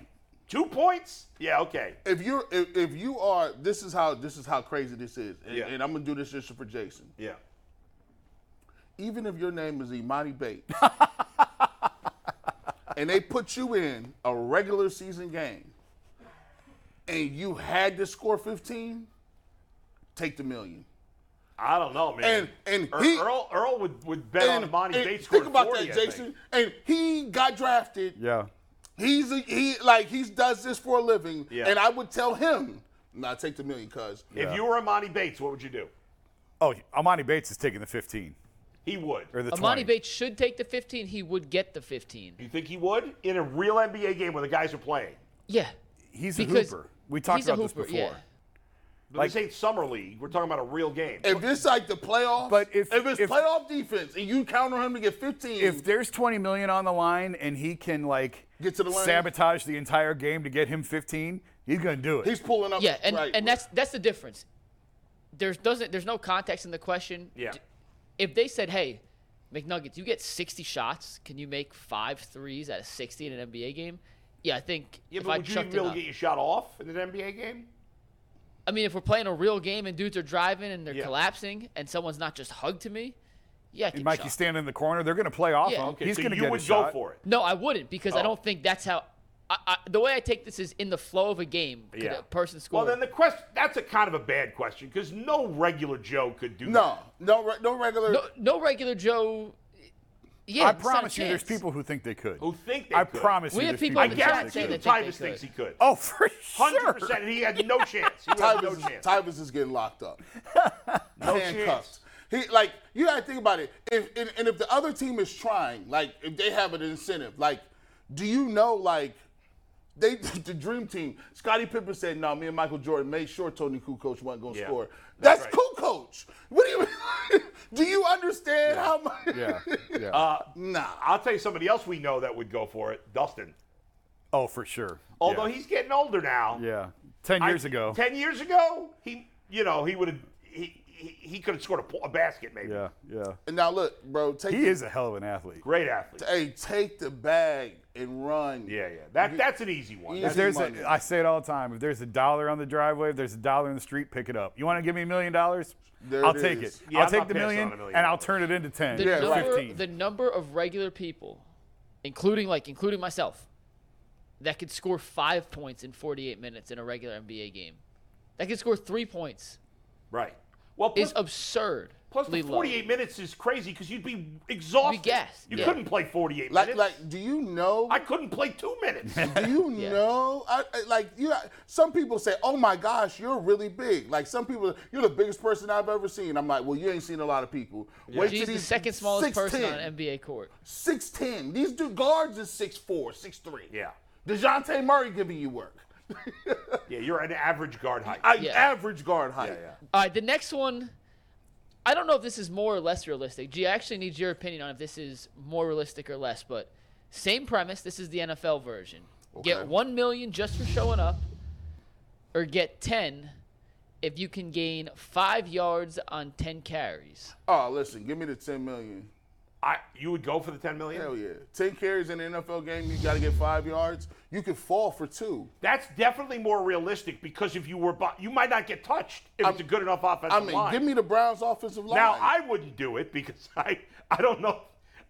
Speaker 3: two points, yeah, okay.
Speaker 4: If you're, if, if you are, this is how this is how crazy this is. And,
Speaker 3: Yeah.
Speaker 4: and I'm gonna do this just for Jason.
Speaker 3: Yeah.
Speaker 4: Even if your name is
Speaker 1: <laughs>
Speaker 4: Imani Bates, and they put you in a regular season game, and you had to score 15, take the million.
Speaker 3: I don't know, man.
Speaker 4: And- and
Speaker 3: Earl,
Speaker 4: he-
Speaker 3: Earl, Earl would, would bet on Monty
Speaker 4: and
Speaker 3: Bates
Speaker 4: think
Speaker 3: scoring
Speaker 4: about
Speaker 3: 40,
Speaker 4: that,
Speaker 3: I think.
Speaker 4: Jason. And he got drafted.
Speaker 1: Yeah.
Speaker 4: He's a, he like he does this for a living.
Speaker 3: Yeah.
Speaker 4: And I would tell him, nah, take the million, cuz.
Speaker 3: If you were Amani Bates, what would you do?
Speaker 1: Oh, Amani Bates is taking the 15
Speaker 3: He would.
Speaker 1: or the
Speaker 2: Amani
Speaker 1: 20.
Speaker 2: Bates should take the 15. He would get the 15.
Speaker 3: You think he would in a real NBA game where the guys are playing?
Speaker 2: Yeah.
Speaker 1: He's a
Speaker 2: because
Speaker 1: hooper. We talked
Speaker 2: he's a
Speaker 1: about this
Speaker 2: hooper,
Speaker 1: before.
Speaker 2: yeah.
Speaker 3: But this ain't summer league. We're talking about a real game.
Speaker 4: If it's like the playoffs,
Speaker 1: But if-
Speaker 4: it's
Speaker 1: if-
Speaker 4: playoff defense and you count on him to get 15,
Speaker 1: If there's 20 million on the line and he can like
Speaker 4: Get to the line.
Speaker 1: sabotage the entire game to get him 15, he's going to do it.
Speaker 4: he's pulling up.
Speaker 2: Yeah, and,
Speaker 4: right.
Speaker 2: and that's that's the difference. There's doesn't there's no context in the question.
Speaker 3: yeah.
Speaker 2: D- If they said, "Hey, McNuggets, you get 60 shots. Can you make five threes out of 60 in an NBA game?" Yeah, I think
Speaker 3: Yeah,
Speaker 2: if
Speaker 3: but
Speaker 2: I
Speaker 3: would you even
Speaker 2: chucked
Speaker 3: be
Speaker 2: it
Speaker 3: able
Speaker 2: up.
Speaker 3: to get your shot off in an NBA game?
Speaker 2: I mean, if we're playing a real game and dudes are driving and they're
Speaker 3: Yeah.
Speaker 2: collapsing and someone's not just hugged to me, yeah, I can
Speaker 1: And Mikey
Speaker 2: chuck.
Speaker 1: standing in the corner. They're going to play off
Speaker 2: Yeah.
Speaker 1: him.
Speaker 3: Okay,
Speaker 1: he's
Speaker 3: so
Speaker 1: going to
Speaker 3: you
Speaker 1: get
Speaker 3: would
Speaker 1: a
Speaker 3: go
Speaker 1: shot.
Speaker 3: for it.
Speaker 2: No, I wouldn't because I
Speaker 3: Oh.
Speaker 2: don't think that's how. I, I, the way I take this is in the flow of a game. Could
Speaker 3: Yeah.
Speaker 2: a person score?
Speaker 3: Well, then the question—that's a kind of a bad question because no regular Joe could do
Speaker 4: no, no, re- no regular.
Speaker 2: no, no regular Joe. Yeah,
Speaker 1: I
Speaker 2: it's not a
Speaker 1: promise you, there's
Speaker 2: people.
Speaker 1: people who think they could.
Speaker 3: that. Who think they
Speaker 1: I
Speaker 3: could.
Speaker 1: promise
Speaker 2: We
Speaker 1: you,
Speaker 2: have
Speaker 1: there's
Speaker 2: people
Speaker 1: people
Speaker 3: I
Speaker 2: in
Speaker 1: who
Speaker 2: the chat
Speaker 3: guarantee
Speaker 1: think they
Speaker 2: saying that they think
Speaker 3: you,
Speaker 1: could.
Speaker 3: Tyvus
Speaker 2: they
Speaker 3: thinks he
Speaker 2: could.
Speaker 3: could.
Speaker 1: Oh, for
Speaker 3: Hundred
Speaker 1: sure.
Speaker 3: percent. He had no chance. He would have no
Speaker 4: Tyvus,
Speaker 3: chance.
Speaker 4: is, Tyvus is getting locked up.
Speaker 3: no
Speaker 4: handcuffed.
Speaker 3: chance.
Speaker 4: He like you gotta think about it. If and, and if the other team is trying, like if they have an incentive, like do you know like they <laughs> the dream team? Scottie Pippen said, "No, me and Michael Jordan made sure Tony Kukoc wasn't gonna
Speaker 3: Yeah,
Speaker 4: score."
Speaker 3: that's
Speaker 4: That's,
Speaker 3: right.
Speaker 4: Kukoc. What do you <laughs> do? You understand how <laughs> much?
Speaker 1: Yeah. yeah.
Speaker 4: Nah.
Speaker 3: I'll tell you somebody else we know that would go for it. Dustin.
Speaker 1: oh, for sure.
Speaker 3: Although
Speaker 1: yeah.
Speaker 3: he's getting older now.
Speaker 1: yeah, ten
Speaker 3: I-
Speaker 1: years ago.
Speaker 3: Ten years ago, he, you know, he would have, he, he, he could have scored a, po- a basket maybe.
Speaker 1: yeah, yeah.
Speaker 4: And now look, bro. Take
Speaker 1: He is a hell of an athlete.
Speaker 3: Great athlete.
Speaker 4: hey, take the bag and run.
Speaker 3: Yeah, yeah. That that's an easy one.
Speaker 4: Yeah.
Speaker 1: If
Speaker 3: That's-
Speaker 1: there's
Speaker 4: money.
Speaker 1: a, I say it all the time. If there's a dollar on the driveway, if there's a dollar in the street, pick it up. You want to give me a million dollars?
Speaker 4: There
Speaker 1: I'll
Speaker 4: it
Speaker 1: take
Speaker 4: is.
Speaker 1: it.
Speaker 3: Yeah,
Speaker 1: I'll
Speaker 3: I'm
Speaker 1: take
Speaker 3: not
Speaker 1: the
Speaker 3: passing on
Speaker 1: million,
Speaker 3: a million
Speaker 1: and I'll
Speaker 3: dollars.
Speaker 1: turn it into ten,
Speaker 2: the
Speaker 4: Yeah, right.
Speaker 2: number,
Speaker 1: 15.
Speaker 2: the number of regular people, including like including myself, that could score five points in 48 minutes in a regular NBA game, that could score three points
Speaker 3: right. Well, plus,
Speaker 2: is absurd.
Speaker 3: plus the 48 minutes is crazy because you'd be exhausted.
Speaker 2: We gassed,
Speaker 3: You
Speaker 2: yeah.
Speaker 3: couldn't play 48
Speaker 4: Like
Speaker 3: minutes.
Speaker 4: like, do you know?
Speaker 3: I couldn't play two
Speaker 1: <laughs>
Speaker 3: minutes.
Speaker 4: <laughs> Do you
Speaker 2: Yeah.
Speaker 4: know? I, I- like you, some people say, "Oh my gosh, you're really big." Like some people, you're the biggest person I've ever seen. I'm like, well, you ain't seen a lot of people. Wait till
Speaker 2: He's the
Speaker 4: these
Speaker 2: second smallest
Speaker 4: 6'10",
Speaker 2: person on an NBA court.
Speaker 4: Six ten. These dude guards is six four, six three.
Speaker 3: yeah.
Speaker 4: Dejounte Murray giving you work. <laughs>
Speaker 3: Yeah. You're an average guard height.
Speaker 4: I,
Speaker 2: Yeah.
Speaker 4: Average guard height.
Speaker 3: yeah.
Speaker 2: All right, the next one. I don't know if this is more or less realistic. Gee, I actually need your opinion on if this is more realistic or less, but same premise. This is the NFL version. Get
Speaker 4: Okay.
Speaker 2: 1 million just for showing up or get 10 if you can gain 5 yards on 10 carries.
Speaker 4: Oh, listen, give me the ten million.
Speaker 3: I, you would go for the 10 million.
Speaker 4: Hell yeah. Ten carries in an NFL game, you got to get five yards. You could fall for two.
Speaker 3: That's definitely more realistic because if you were, bu- you might not get touched if it's a good enough offensive
Speaker 4: I mean,
Speaker 3: line.
Speaker 4: give me the Browns offensive line.
Speaker 3: Now I wouldn't do it because <laughs> I I don't know.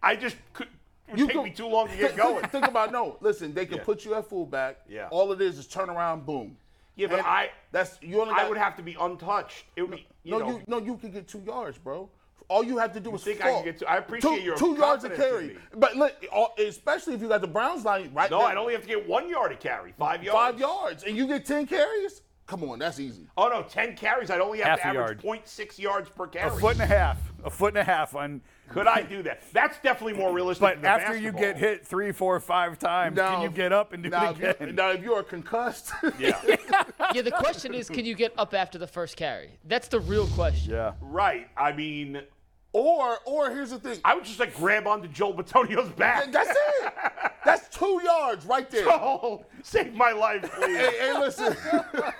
Speaker 3: I just could. It would take
Speaker 4: go-
Speaker 3: me too long to
Speaker 4: Think- <laughs>
Speaker 3: get
Speaker 4: think-
Speaker 3: going.
Speaker 4: Think about no. Listen, they can
Speaker 3: Yeah.
Speaker 4: put you at fullback.
Speaker 3: Yeah.
Speaker 4: All it is is turn around, boom.
Speaker 3: Yeah, but
Speaker 4: And
Speaker 3: I
Speaker 4: That's you only.
Speaker 3: I
Speaker 4: got-
Speaker 3: would have to be untouched. It would be you
Speaker 4: No,
Speaker 3: know.
Speaker 4: you no. You could get two yards, bro. All you have to do is
Speaker 3: think I
Speaker 4: score.
Speaker 3: can get to- I appreciate
Speaker 4: two,
Speaker 3: your
Speaker 4: two yards of
Speaker 3: confidence in
Speaker 4: carry.
Speaker 3: me.
Speaker 4: But look, all- especially if you got the Browns line right.
Speaker 3: No,
Speaker 4: there,
Speaker 3: I'd only have to get one yard to carry. Five yards.
Speaker 4: five yards, and you get ten carries. Come on, that's easy.
Speaker 1: Um,
Speaker 3: Oh no, ten carries. I'd only have
Speaker 1: Half
Speaker 3: to
Speaker 1: a
Speaker 3: average
Speaker 1: yard.
Speaker 3: 0.6 yards per
Speaker 1: A
Speaker 3: carry.
Speaker 1: foot and a half. A foot and a half on.
Speaker 3: Could I do that? That's definitely more realistic.
Speaker 1: <laughs> But
Speaker 3: than the
Speaker 1: after you
Speaker 3: basketball.
Speaker 1: get hit three, four, five times,
Speaker 4: Now-
Speaker 1: can you get up and do
Speaker 4: now,
Speaker 1: it
Speaker 4: if you-
Speaker 1: again?
Speaker 4: <laughs> Now, if you are concussed,
Speaker 3: yeah,
Speaker 2: Yeah, the question is, can you get up after the first carry? That's the real question.
Speaker 1: Yeah.
Speaker 3: right. I mean,
Speaker 4: <laughs> or or here's the thing.
Speaker 3: I would just like grab onto Joel Batonio's back.
Speaker 4: That's it. That's two yards right there.
Speaker 3: <laughs> oh, save my
Speaker 4: <laughs>
Speaker 3: life, please.
Speaker 4: hey, hey, listen. <laughs>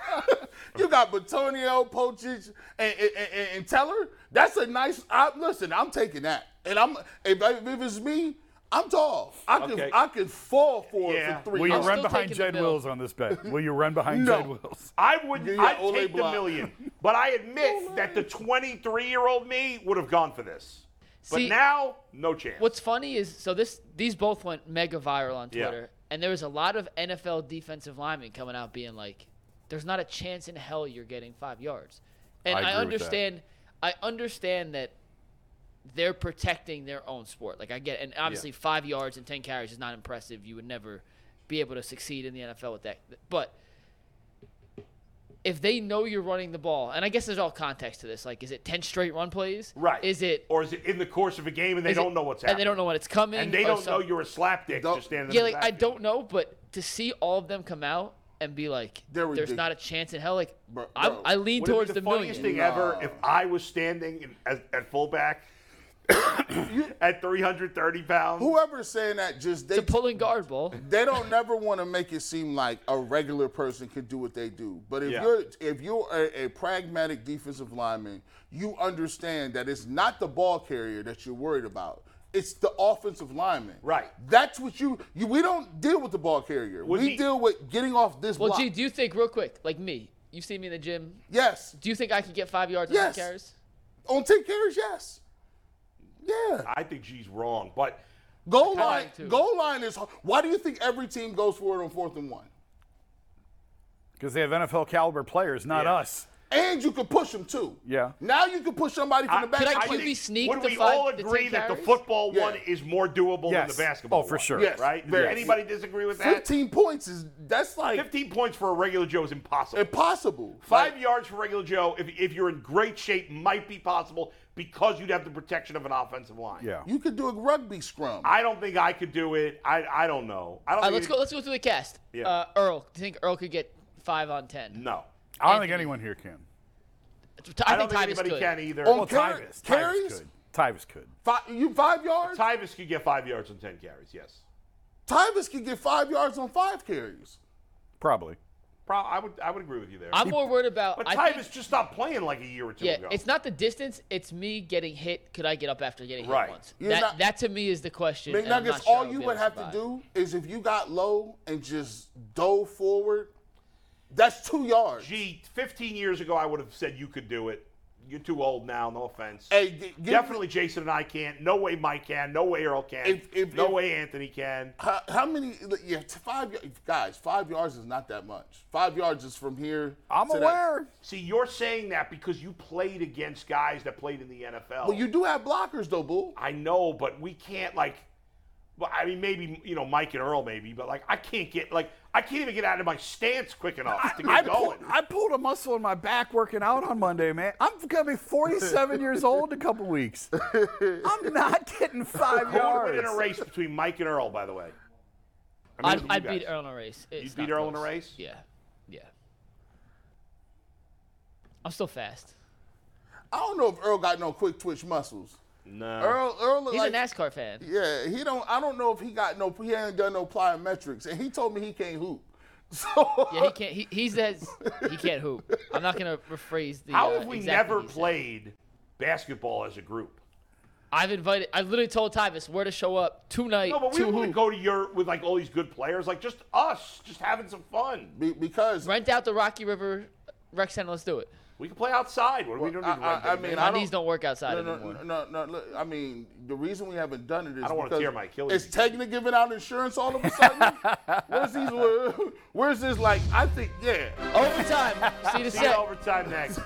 Speaker 4: you got Batonio, Pochich, and, and, and- and Teller. That's a nice. I, listen, I'm taking that, and I'm if, if it's me, I'm tall. I can
Speaker 3: Okay.
Speaker 4: I can fall for
Speaker 3: Yeah.
Speaker 4: it for three.
Speaker 1: Will you
Speaker 4: yards.
Speaker 2: still
Speaker 1: run
Speaker 2: taking
Speaker 1: behind
Speaker 2: the
Speaker 1: Jed
Speaker 2: Bills.
Speaker 1: Wills on this
Speaker 4: <laughs>
Speaker 1: bet? Will you run behind
Speaker 4: No.
Speaker 1: Jed Wills?
Speaker 3: I would.
Speaker 4: Yeah,
Speaker 3: I'd
Speaker 4: Ole
Speaker 3: take the
Speaker 4: Black.
Speaker 3: million, but I admit that the 23-year-old me would have gone for this. But
Speaker 2: See-
Speaker 3: now, no chance.
Speaker 2: What's funny is, so this these both went mega viral on
Speaker 3: Yeah.
Speaker 2: Twitter, and there was a lot of NFL defensive linemen coming out being like, "There's not a chance in hell you're getting five yards," and
Speaker 1: I
Speaker 2: I,
Speaker 1: agree with that.
Speaker 2: understand. I understand that they're protecting their own sport. Like I get, and obviously five yards and ten carries is not impressive. You would never be able to succeed in the NFL with that. But if they know you're running the ball, and I guess there's all context to this. Like, is it ten straight run plays?
Speaker 3: right?
Speaker 2: Is it?
Speaker 3: Or is it in the course of a game and they
Speaker 2: is it-
Speaker 3: don't know what's happening?
Speaker 2: And they don't know when it's coming.
Speaker 3: And they
Speaker 2: or
Speaker 3: don't
Speaker 2: some-
Speaker 3: know you're a slapdick
Speaker 4: Don't-
Speaker 3: just standing.
Speaker 2: Yeah,
Speaker 3: in the
Speaker 2: like I
Speaker 3: backfield.
Speaker 2: don't know, but to see all of them come out and be like,
Speaker 4: They're
Speaker 2: "There's
Speaker 4: ridic-
Speaker 2: not a chance in hell." Like,
Speaker 4: Bro-
Speaker 2: I,
Speaker 4: bro.
Speaker 2: I lean
Speaker 3: Would it be
Speaker 2: towards the,
Speaker 3: funniest
Speaker 2: million.
Speaker 3: thing ever if I was standing in, at, at fullback <coughs> at 330 pounds.
Speaker 4: Whoever's saying that just they
Speaker 2: It's a pulling guard ball.
Speaker 4: they don't never want to make it seem like a regular person can do what they do. But if
Speaker 3: Yeah.
Speaker 4: you're if you're a, a pragmatic defensive lineman, you understand that it's not the ball carrier that you're worried about. It's the offensive lineman.
Speaker 3: Right.
Speaker 4: That's what you, you we don't deal with the ball carrier.
Speaker 3: Would
Speaker 4: we
Speaker 3: he-
Speaker 4: deal with getting off this
Speaker 2: Well,
Speaker 4: block.
Speaker 2: gee, do you think real quick, like me? You've seen me in the gym.
Speaker 4: yes.
Speaker 2: Do you think I could get five yards on
Speaker 4: Yes.
Speaker 2: yes. carries?
Speaker 4: On 10 carries, yes. Yeah.
Speaker 3: I think she's wrong, but
Speaker 4: Goal
Speaker 2: Kinda
Speaker 4: line
Speaker 2: like two.
Speaker 4: goal line is why do you think every team goes for it on fourth and one?
Speaker 1: Because they have NFL caliber players, not
Speaker 3: Yeah.
Speaker 1: us.
Speaker 4: And you can push them too.
Speaker 1: Yeah.
Speaker 4: Now you can push somebody from
Speaker 3: I-
Speaker 4: the back.
Speaker 2: Could I
Speaker 4: and
Speaker 2: QB
Speaker 4: push-
Speaker 3: think-
Speaker 2: sneak
Speaker 3: would
Speaker 2: the
Speaker 3: we
Speaker 2: five-
Speaker 3: all
Speaker 2: the ten
Speaker 3: agree that the
Speaker 2: carries?
Speaker 3: football
Speaker 4: Yeah.
Speaker 3: one is more doable
Speaker 1: Yes.
Speaker 3: than the basketball?
Speaker 1: Oh, for
Speaker 3: one,
Speaker 1: sure.
Speaker 4: Yes.
Speaker 3: Right? Does
Speaker 4: Yes.
Speaker 3: anybody disagree with that?
Speaker 4: 15 points is that's like
Speaker 3: 15 points for a regular Joe is impossible.
Speaker 4: impossible.
Speaker 3: Five
Speaker 4: Like,
Speaker 3: yards for regular Joe, if, if you're in great shape, might be possible because you'd have the protection of an offensive line.
Speaker 1: Yeah.
Speaker 4: you could do a rugby scrum.
Speaker 3: I don't think I could do it. I, I don't know. I
Speaker 2: All
Speaker 3: don't
Speaker 2: right,
Speaker 3: think
Speaker 2: let's
Speaker 3: it-
Speaker 2: go. Let's go through the cast.
Speaker 3: Yeah.
Speaker 2: Uh, Earl, do you think Earl could get five on ten?
Speaker 3: No.
Speaker 1: I don't think anyone here can.
Speaker 3: I, don't think
Speaker 2: Tyvus
Speaker 3: anybody
Speaker 2: could.
Speaker 3: can either.
Speaker 4: Oh,
Speaker 1: Well,
Speaker 4: Car-
Speaker 1: Tyvus. Tyvus
Speaker 4: carries?
Speaker 1: could. Tyvus could.
Speaker 4: Fi- you five yards?
Speaker 3: Tyvus could get five yards on 10 carries, yes.
Speaker 4: Tyvus could get five yards on five carries.
Speaker 1: Probably.
Speaker 3: Pro- I would I would agree with you there.
Speaker 2: I'm more worried about.
Speaker 3: but
Speaker 2: I
Speaker 3: Tyvus
Speaker 2: think,
Speaker 3: just stopped playing like a year or two
Speaker 2: Yeah,
Speaker 3: ago.
Speaker 2: it's not the distance. It's me getting hit. Could I get up after getting
Speaker 3: Right.
Speaker 2: hit once?
Speaker 4: You're
Speaker 2: That,
Speaker 4: not-
Speaker 2: that to me is the question. and I'm not
Speaker 4: McNuggets,
Speaker 2: sure I
Speaker 4: all
Speaker 2: would
Speaker 4: you
Speaker 2: be
Speaker 4: would
Speaker 2: able
Speaker 4: have to
Speaker 2: survive.
Speaker 4: do is if you got low and just dove forward, that's two yards.
Speaker 3: Gee, 15 years ago, I would have said you could do it. You're too old now. No offense.
Speaker 4: Hey, g- give me-
Speaker 3: Definitely, Jason and I can't. No way, Mike can. No way, Earl can.
Speaker 4: If- if-
Speaker 3: no
Speaker 4: if-
Speaker 3: way, Anthony can.
Speaker 4: How, how many? Yeah, t- five y- guys. Five yards is not that much. Five yards is from here.
Speaker 1: I'm
Speaker 4: to that-
Speaker 1: aware.
Speaker 3: See, you're saying that because you played against guys that played in the NFL.
Speaker 4: Well, you do have blockers though, Bull.
Speaker 3: I know, but we can't like. Well, I mean, maybe you know Mike and Earl, maybe, but like I can't get like I can't even get out of my stance quick enough to get
Speaker 1: I, pulled,
Speaker 3: going.
Speaker 1: I pulled a muscle in my back working out on Monday, man. I'm going to be
Speaker 4: <laughs>
Speaker 1: 47 years old in a couple weeks. I'm not getting five
Speaker 3: Who would have been in a
Speaker 1: yards.
Speaker 3: race between Mike and Earl, by the way? I
Speaker 2: I'd,
Speaker 3: mean, you
Speaker 2: I'd
Speaker 3: guys.
Speaker 2: beat Earl in a race. It's
Speaker 3: You'd beat
Speaker 2: not
Speaker 3: Earl in a
Speaker 2: close.
Speaker 3: race?
Speaker 2: Yeah, yeah. I'm still fast.
Speaker 4: I don't know if Earl got no quick twitch muscles.
Speaker 3: No.
Speaker 4: Earl, Earl, look
Speaker 2: He's
Speaker 4: like,
Speaker 2: a NASCAR fan.
Speaker 4: yeah, he don't. I don't know if he got no. He ain't done no plyometrics, and he told me he can't hoop. <laughs> So
Speaker 2: Yeah, he can't. He, he says he can't hoop. I'm not gonna rephrase the.
Speaker 3: How
Speaker 2: uh,
Speaker 3: have we
Speaker 2: exactly
Speaker 3: never
Speaker 2: he said.
Speaker 3: played basketball as a group?
Speaker 2: I've invited. I've literally told Tyvis where to show up tonight.
Speaker 3: No, but we
Speaker 2: to
Speaker 3: don't want to
Speaker 2: hoop.
Speaker 3: go to Europe with like all these good players, like just us, just having some fun.
Speaker 4: Be- because
Speaker 2: Rent out the Rocky River rec center. Let's do it.
Speaker 3: We can play outside. What do we
Speaker 4: Well,
Speaker 3: don't need to
Speaker 4: I-
Speaker 3: rent
Speaker 4: I- I
Speaker 3: big
Speaker 4: mean,
Speaker 3: man?
Speaker 2: My
Speaker 4: I
Speaker 2: knees
Speaker 4: don't-
Speaker 2: don't work outside
Speaker 4: no, no,
Speaker 2: anymore.
Speaker 4: no, no, no, look, I mean, the reason we haven't done it is I
Speaker 3: don't wanna
Speaker 4: because
Speaker 3: tear my Achilles.
Speaker 4: Is Teg gonna giving out insurance all of a sudden?
Speaker 3: <laughs>
Speaker 4: where's these? Where, where's this? Like, I think, yeah.
Speaker 2: Overtime. See you in a
Speaker 3: See <laughs> you in
Speaker 2: sec.
Speaker 3: overtime next.